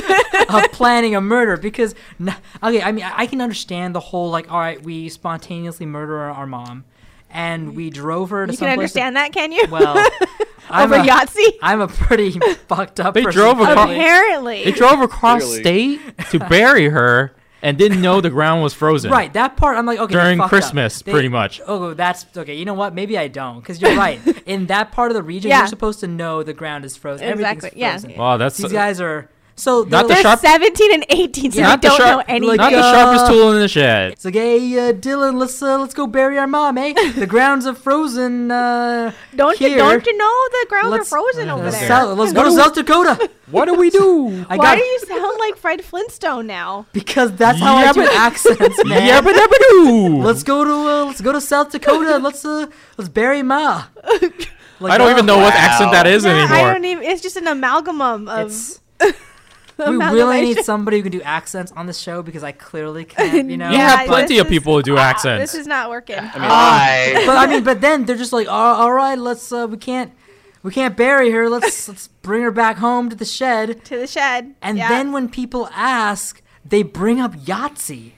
Speaker 1: of planning a murder. Because n- okay, I mean, I I can understand the whole like, all right, we spontaneously murder our, our mom, and we drove her to
Speaker 2: You
Speaker 1: some
Speaker 2: can understand that, can you?
Speaker 1: Well, I'm
Speaker 2: over
Speaker 1: a,
Speaker 2: Yahtzee?
Speaker 1: I'm a pretty fucked up.
Speaker 6: They
Speaker 1: person,
Speaker 6: drove a car-
Speaker 1: probably.
Speaker 2: Apparently.
Speaker 6: They drove across
Speaker 5: Clearly.
Speaker 6: state to bury her and didn't know the ground was frozen.
Speaker 1: Right, that part I'm like okay.
Speaker 6: During
Speaker 1: fucked up.
Speaker 6: Christmas,
Speaker 1: They-
Speaker 6: pretty much.
Speaker 1: Oh, that's okay. You know what? Maybe I don't, because you're right. In that part of the region,
Speaker 2: Yeah.
Speaker 1: you're supposed to know the ground is frozen.
Speaker 2: Exactly, yeah.
Speaker 1: Everything's frozen.
Speaker 6: Wow, that's
Speaker 1: These guys are so
Speaker 6: Not
Speaker 1: they're
Speaker 2: They're
Speaker 6: the
Speaker 1: like,
Speaker 6: sharp-
Speaker 2: 17 and 18, so
Speaker 6: not
Speaker 2: they
Speaker 6: the
Speaker 2: don't
Speaker 6: sharp,
Speaker 2: know anything.
Speaker 6: not the
Speaker 1: uh,
Speaker 6: sharpest tool in the shed.
Speaker 1: It's like, hey, uh, Dylan, let's uh, let's go bury our mom, eh? The grounds are frozen. Uh,
Speaker 2: Don't
Speaker 1: here.
Speaker 2: you don't you know the grounds
Speaker 1: Let's-
Speaker 2: are frozen over
Speaker 1: Uh,
Speaker 2: there?
Speaker 1: South, let's go to South Dakota.
Speaker 6: What do we do?
Speaker 1: I
Speaker 2: Why
Speaker 1: got
Speaker 2: do you sound like Fred Flintstone now?
Speaker 1: because that's how
Speaker 6: Yeah,
Speaker 1: I do
Speaker 6: but-
Speaker 1: accents, man.
Speaker 6: Yabba dabba doo.
Speaker 1: Let's go to uh, let's go to South Dakota. Let's uh, let's bury ma. Like, um,
Speaker 6: I don't even know what
Speaker 3: Wow.
Speaker 6: accent that is
Speaker 2: Yeah, I
Speaker 6: anymore.
Speaker 2: don't
Speaker 1: e-
Speaker 2: even. It's just an amalgamum of.
Speaker 1: It's, we really need somebody who can do accents on the show because I clearly can't. You know.
Speaker 6: You
Speaker 2: Yeah,
Speaker 6: have plenty
Speaker 2: this
Speaker 6: of
Speaker 2: is- ah,
Speaker 6: people who do accents.
Speaker 2: This is not working.
Speaker 3: I,
Speaker 1: but I mean, but then they're just like, oh, all right, let's. Uh, we can't, we can't bury her. Let's let's bring her back home to the shed.
Speaker 2: to the shed.
Speaker 1: And
Speaker 2: Yeah.
Speaker 1: then when people ask, they bring up Yahtzee.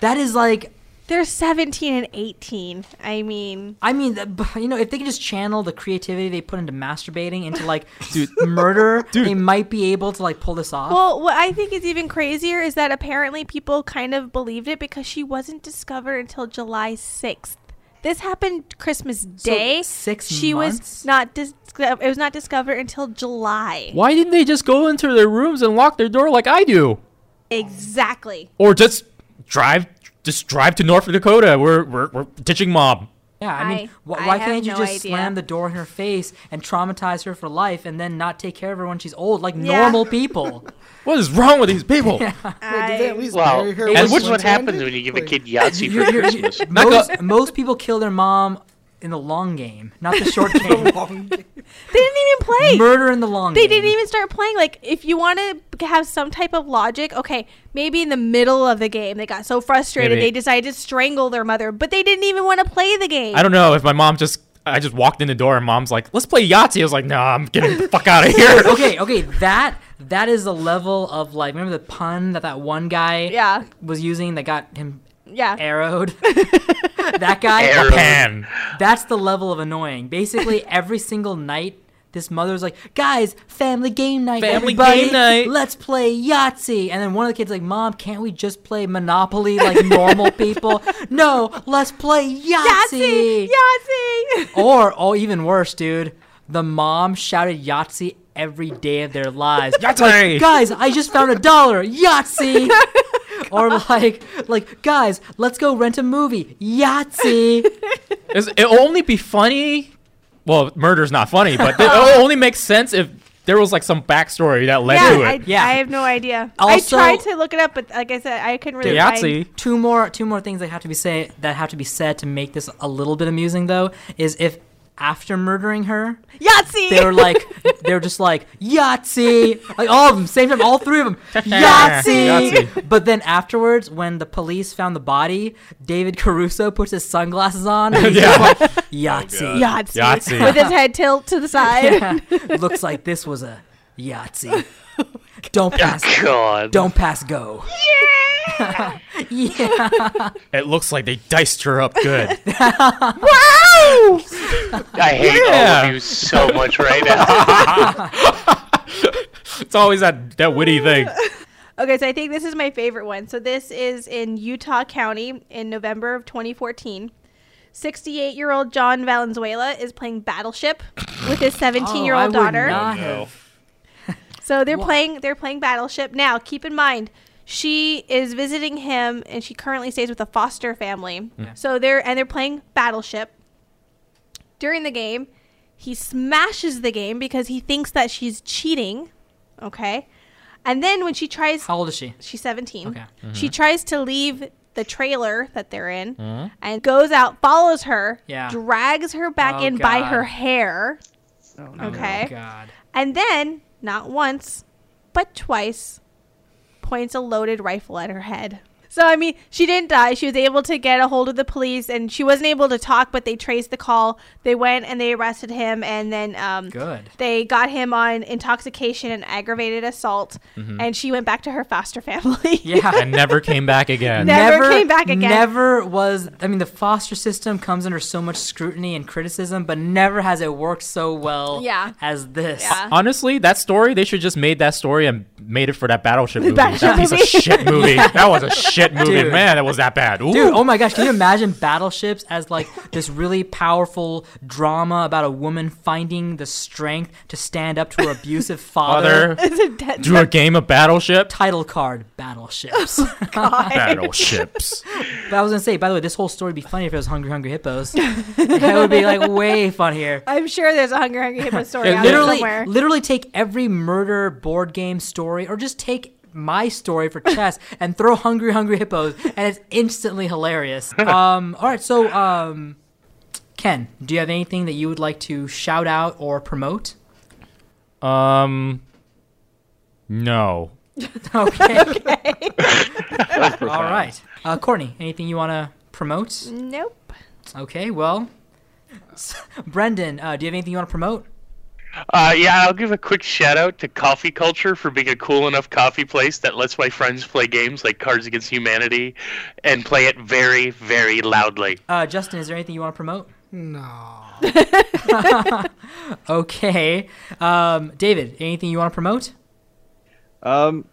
Speaker 1: That is like,
Speaker 2: they're 17 and 18. I mean,
Speaker 1: I mean, that- b- you know, if they could just channel the creativity they put into masturbating into like murder, they might be able to like pull this off.
Speaker 2: well, what I think is even crazier is that apparently people kind of believed it because she wasn't discovered until July 6th. This happened Christmas Day.
Speaker 1: six
Speaker 2: She
Speaker 1: months?
Speaker 2: was not dis- it was not discovered until July.
Speaker 6: Why didn't they just go into their rooms and lock their door like I do?
Speaker 2: Exactly.
Speaker 6: Or just drive just drive to North Dakota. We're we're, we're ditching mob.
Speaker 1: yeah, I mean, wh-
Speaker 2: I- I
Speaker 1: why
Speaker 2: have
Speaker 1: can't you
Speaker 2: no
Speaker 1: just
Speaker 2: idea.
Speaker 1: slam the door in her face and traumatize her for life and then not take care of her when she's old, like
Speaker 2: Yeah.
Speaker 1: normal people?
Speaker 6: What is wrong with these people?
Speaker 4: Wait, did they at least
Speaker 3: well,
Speaker 4: bury her?
Speaker 3: and
Speaker 4: with
Speaker 3: which
Speaker 4: one
Speaker 3: what happens
Speaker 4: handed?
Speaker 3: when you give a
Speaker 4: Like,
Speaker 3: kid Yahtzee for
Speaker 1: You're- you're-
Speaker 3: Christmas?
Speaker 6: Not go-
Speaker 1: most, most people kill their mom in the long game, not the short game.
Speaker 2: They didn't even play.
Speaker 1: Murder in the long
Speaker 2: they
Speaker 1: game.
Speaker 2: didn't even start playing. Like, if you want to have some type of logic, okay, maybe in the middle of the game they got so frustrated
Speaker 6: Maybe.
Speaker 2: they decided to strangle their mother, but they didn't even want to play the game.
Speaker 6: I don't know if my mom just I just walked in the door and mom's like, "Let's play Yahtzee." I was like, "No, I'm getting the fuck out of here."
Speaker 1: okay, okay, that that is the level of like remember the pun that that one guy
Speaker 2: Yeah.
Speaker 1: was using that got him
Speaker 2: Yeah.
Speaker 1: arrowed. that guy,
Speaker 3: Arrowed.
Speaker 6: Pan.
Speaker 1: that's the level of annoying. Basically, every single night, this mother was like, "Guys, family game night,
Speaker 6: Family
Speaker 1: everybody,
Speaker 6: game night."
Speaker 1: let's play Yahtzee." And then one of the kids like, "Mom, can't we just play Monopoly like normal people?" no, let's play
Speaker 2: Yahtzee! Yahtzee!
Speaker 1: Or, oh, even worse, dude, the mom shouted Yahtzee every day of their lives.
Speaker 6: Yahtzee.
Speaker 1: guys, I just found a dollar, Yahtzee. or like, like, guys, let's go rent a movie, Yahtzee.
Speaker 6: It's- It'll only be funny well, murder's not funny, but it only makes sense if there was like some backstory that led
Speaker 2: yeah,
Speaker 6: to it.
Speaker 2: I,
Speaker 1: Yeah.
Speaker 2: I have no idea.
Speaker 1: Also-
Speaker 2: I tried to look it up, but like I said, I couldn't really.
Speaker 6: Yahtzee.
Speaker 2: find-
Speaker 1: Two more two more things that have to be say that have to be said to make this a little bit amusing though is if after murdering her
Speaker 2: Yahtzee.
Speaker 1: they were like they were just like Yahtzee, like all of them, same time, all three of them, Yahtzee. But then afterwards, when the police found the body, David Caruso puts his sunglasses on and he's
Speaker 6: Yeah.
Speaker 1: just like Yahtzee.
Speaker 2: Yahtzee.
Speaker 6: Yahtzee.
Speaker 2: With his head tilt to the side.
Speaker 1: Looks like this was a Yahtzee. Don't pass.
Speaker 3: God.
Speaker 1: Don't pass go. Yeah. yeah.
Speaker 6: It looks like they diced her up good.
Speaker 2: Wow.
Speaker 3: I hate all
Speaker 6: Yeah.
Speaker 3: of you so much right now.
Speaker 6: it's always that, that witty thing.
Speaker 2: Okay, so I think this is my favorite one. So this is in Utah County in November of 2014. 68-year-old John Valenzuela is playing Battleship with his 17-year-old
Speaker 1: Oh, I would
Speaker 2: daughter.
Speaker 1: not
Speaker 6: Oh,
Speaker 1: have-
Speaker 6: no.
Speaker 2: So they're playing they're playing Battleship. Now, keep in mind, she is visiting him and she currently stays with a foster family. So they're and they're playing Battleship. During the game, he smashes the game because he thinks that she's cheating, okay? And then when she tries
Speaker 1: How old is she?
Speaker 2: she's 17.
Speaker 1: Okay. Mm-hmm.
Speaker 2: She tries to leave the trailer that they're in and goes out, follows her,
Speaker 1: Yeah.
Speaker 2: drags her back
Speaker 1: Oh,
Speaker 2: in by
Speaker 1: God.
Speaker 2: her hair.
Speaker 1: Oh,
Speaker 2: Okay.
Speaker 1: God.
Speaker 2: And then, not once, but twice, points a loaded rifle at her head. So, I mean, she didn't die. She was able to get a hold of the police and she wasn't able to talk, but they traced the call. They went and they arrested him and then um,
Speaker 1: Good.
Speaker 2: they got him on intoxication and aggravated assault. And she went back to her foster family.
Speaker 1: Mm-hmm. Yeah.
Speaker 6: And never came back again.
Speaker 2: No. Never came back again.
Speaker 1: Never was. I mean, the foster system comes under so much scrutiny and criticism, but never has it worked so well
Speaker 2: Yeah.
Speaker 1: as this.
Speaker 2: Yeah.
Speaker 6: Honestly, that story, they should just made that story and made it for that battleship movie.
Speaker 2: Battleship
Speaker 6: that piece
Speaker 2: movie.
Speaker 6: of shit movie. That was a shit movie.
Speaker 1: Dude.
Speaker 6: Man, that was that bad. Ooh.
Speaker 1: Dude, oh my gosh, can you imagine battleships as like this really powerful drama about a woman finding the strength to stand up to her abusive father?
Speaker 6: Father,
Speaker 2: It's a dead
Speaker 6: do a game of battleship.
Speaker 1: Title card battleships. but
Speaker 6: Battleships.
Speaker 1: I was gonna say, by the way, this whole story would be funny if it was Hungry Hungry Hippos. it would be like way funnier.
Speaker 2: I'm sure there's a Hungry Hungry Hippo story out there
Speaker 1: literally,
Speaker 2: somewhere.
Speaker 1: literally take every murder board game story, or just take my story for chess and throw Hungry Hungry Hippos, and it's instantly hilarious. Um, all right, so um, Ken, do you have anything that you would like to shout out or promote?
Speaker 6: Um, no.
Speaker 1: Okay. all right, uh, Courtney, anything you want to promote?
Speaker 2: Nope.
Speaker 1: Okay, well, Brendan, uh, do you have anything you want to promote?
Speaker 3: Uh, yeah, I'll give a quick shout out to Coffee Culture for being a cool enough coffee place that lets my friends play games like Cards Against Humanity and play it very, very loudly.
Speaker 1: Uh, Justin, is there anything you want to promote?
Speaker 4: No.
Speaker 1: Okay, um, David, anything you want to promote?
Speaker 5: Um,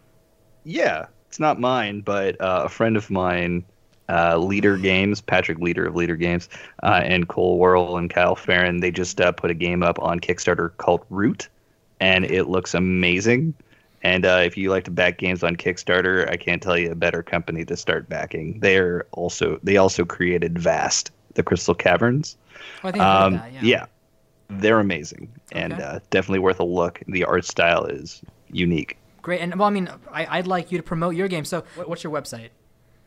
Speaker 5: yeah, it's not mine, but uh, a friend of mine, uh, Leader Games, Patrick Leader of Leader Games, uh,
Speaker 1: Mm-hmm.
Speaker 5: and Cole Whirl and Kyle Farron, they just uh, put a game up on Kickstarter called Root, and it looks amazing. And uh, if you like to back games on Kickstarter, I can't tell you a better company to start backing. They're also they also created Vast, the Crystal Caverns.
Speaker 1: Well, I think I heard
Speaker 5: Um,
Speaker 1: that,
Speaker 5: yeah. they're amazing and
Speaker 1: Okay.
Speaker 5: uh, definitely worth a look. The art style is unique.
Speaker 1: Great, and well, I mean, I, I'd like you to promote your game. So, what, what's your website?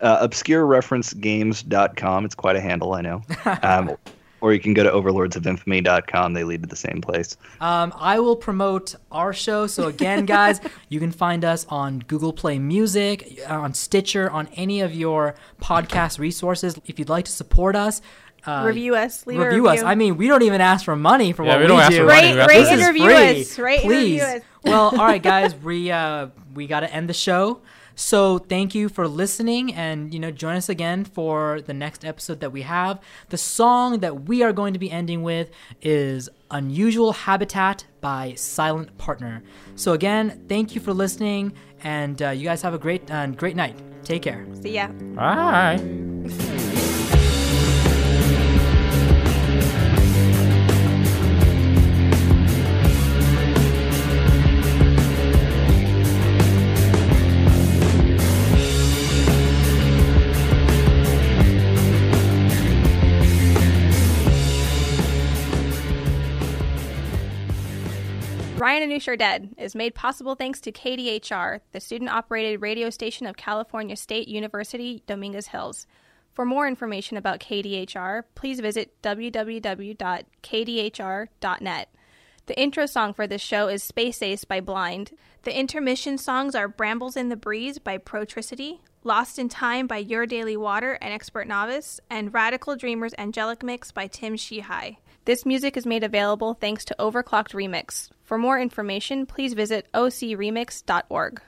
Speaker 5: uh, obscurereferencegames.com. It's quite a handle, I know. Um, or you can go to overlordsofinfamy.com. They lead to the same place.
Speaker 1: Um, I will promote our show. So again, guys, you can find us on Google Play Music, uh, on Stitcher, on any of your podcast resources. If you'd like to support us, uh,
Speaker 2: Review us. Leave a
Speaker 1: review us. I mean, we don't even ask for money for
Speaker 6: Yeah,
Speaker 1: what
Speaker 6: we don't ask for money.
Speaker 2: Rate,
Speaker 6: This
Speaker 2: rate
Speaker 6: is
Speaker 2: and review
Speaker 1: free.
Speaker 2: us. Rate and
Speaker 1: Please.
Speaker 2: review us.
Speaker 1: well, all right, guys, we uh, we got to end the show. So thank you for listening, and you know, join us again for the next episode that we have. The song that we are going to be ending with is "Unusual Habitat" by Silent Partner. So again, thank you for listening, and uh, you guys have a great uh, great night. Take care.
Speaker 2: See ya.
Speaker 6: Bye.
Speaker 2: British are Dead is made possible thanks to KDHR, the student operated radio station of California State University, Dominguez Hills. For more information about KDHR, please visit www.kdhr.net. The intro song for this show is Space Ace by Blind. The intermission songs are Brambles in the Breeze by Protricity, Lost in Time by Your Daily Water and Expert Novice, and Radical Dreamers Angelic Mix by Tim Shihai. This music is made available thanks to Overclocked Remix. For more information, please visit ocremix.org.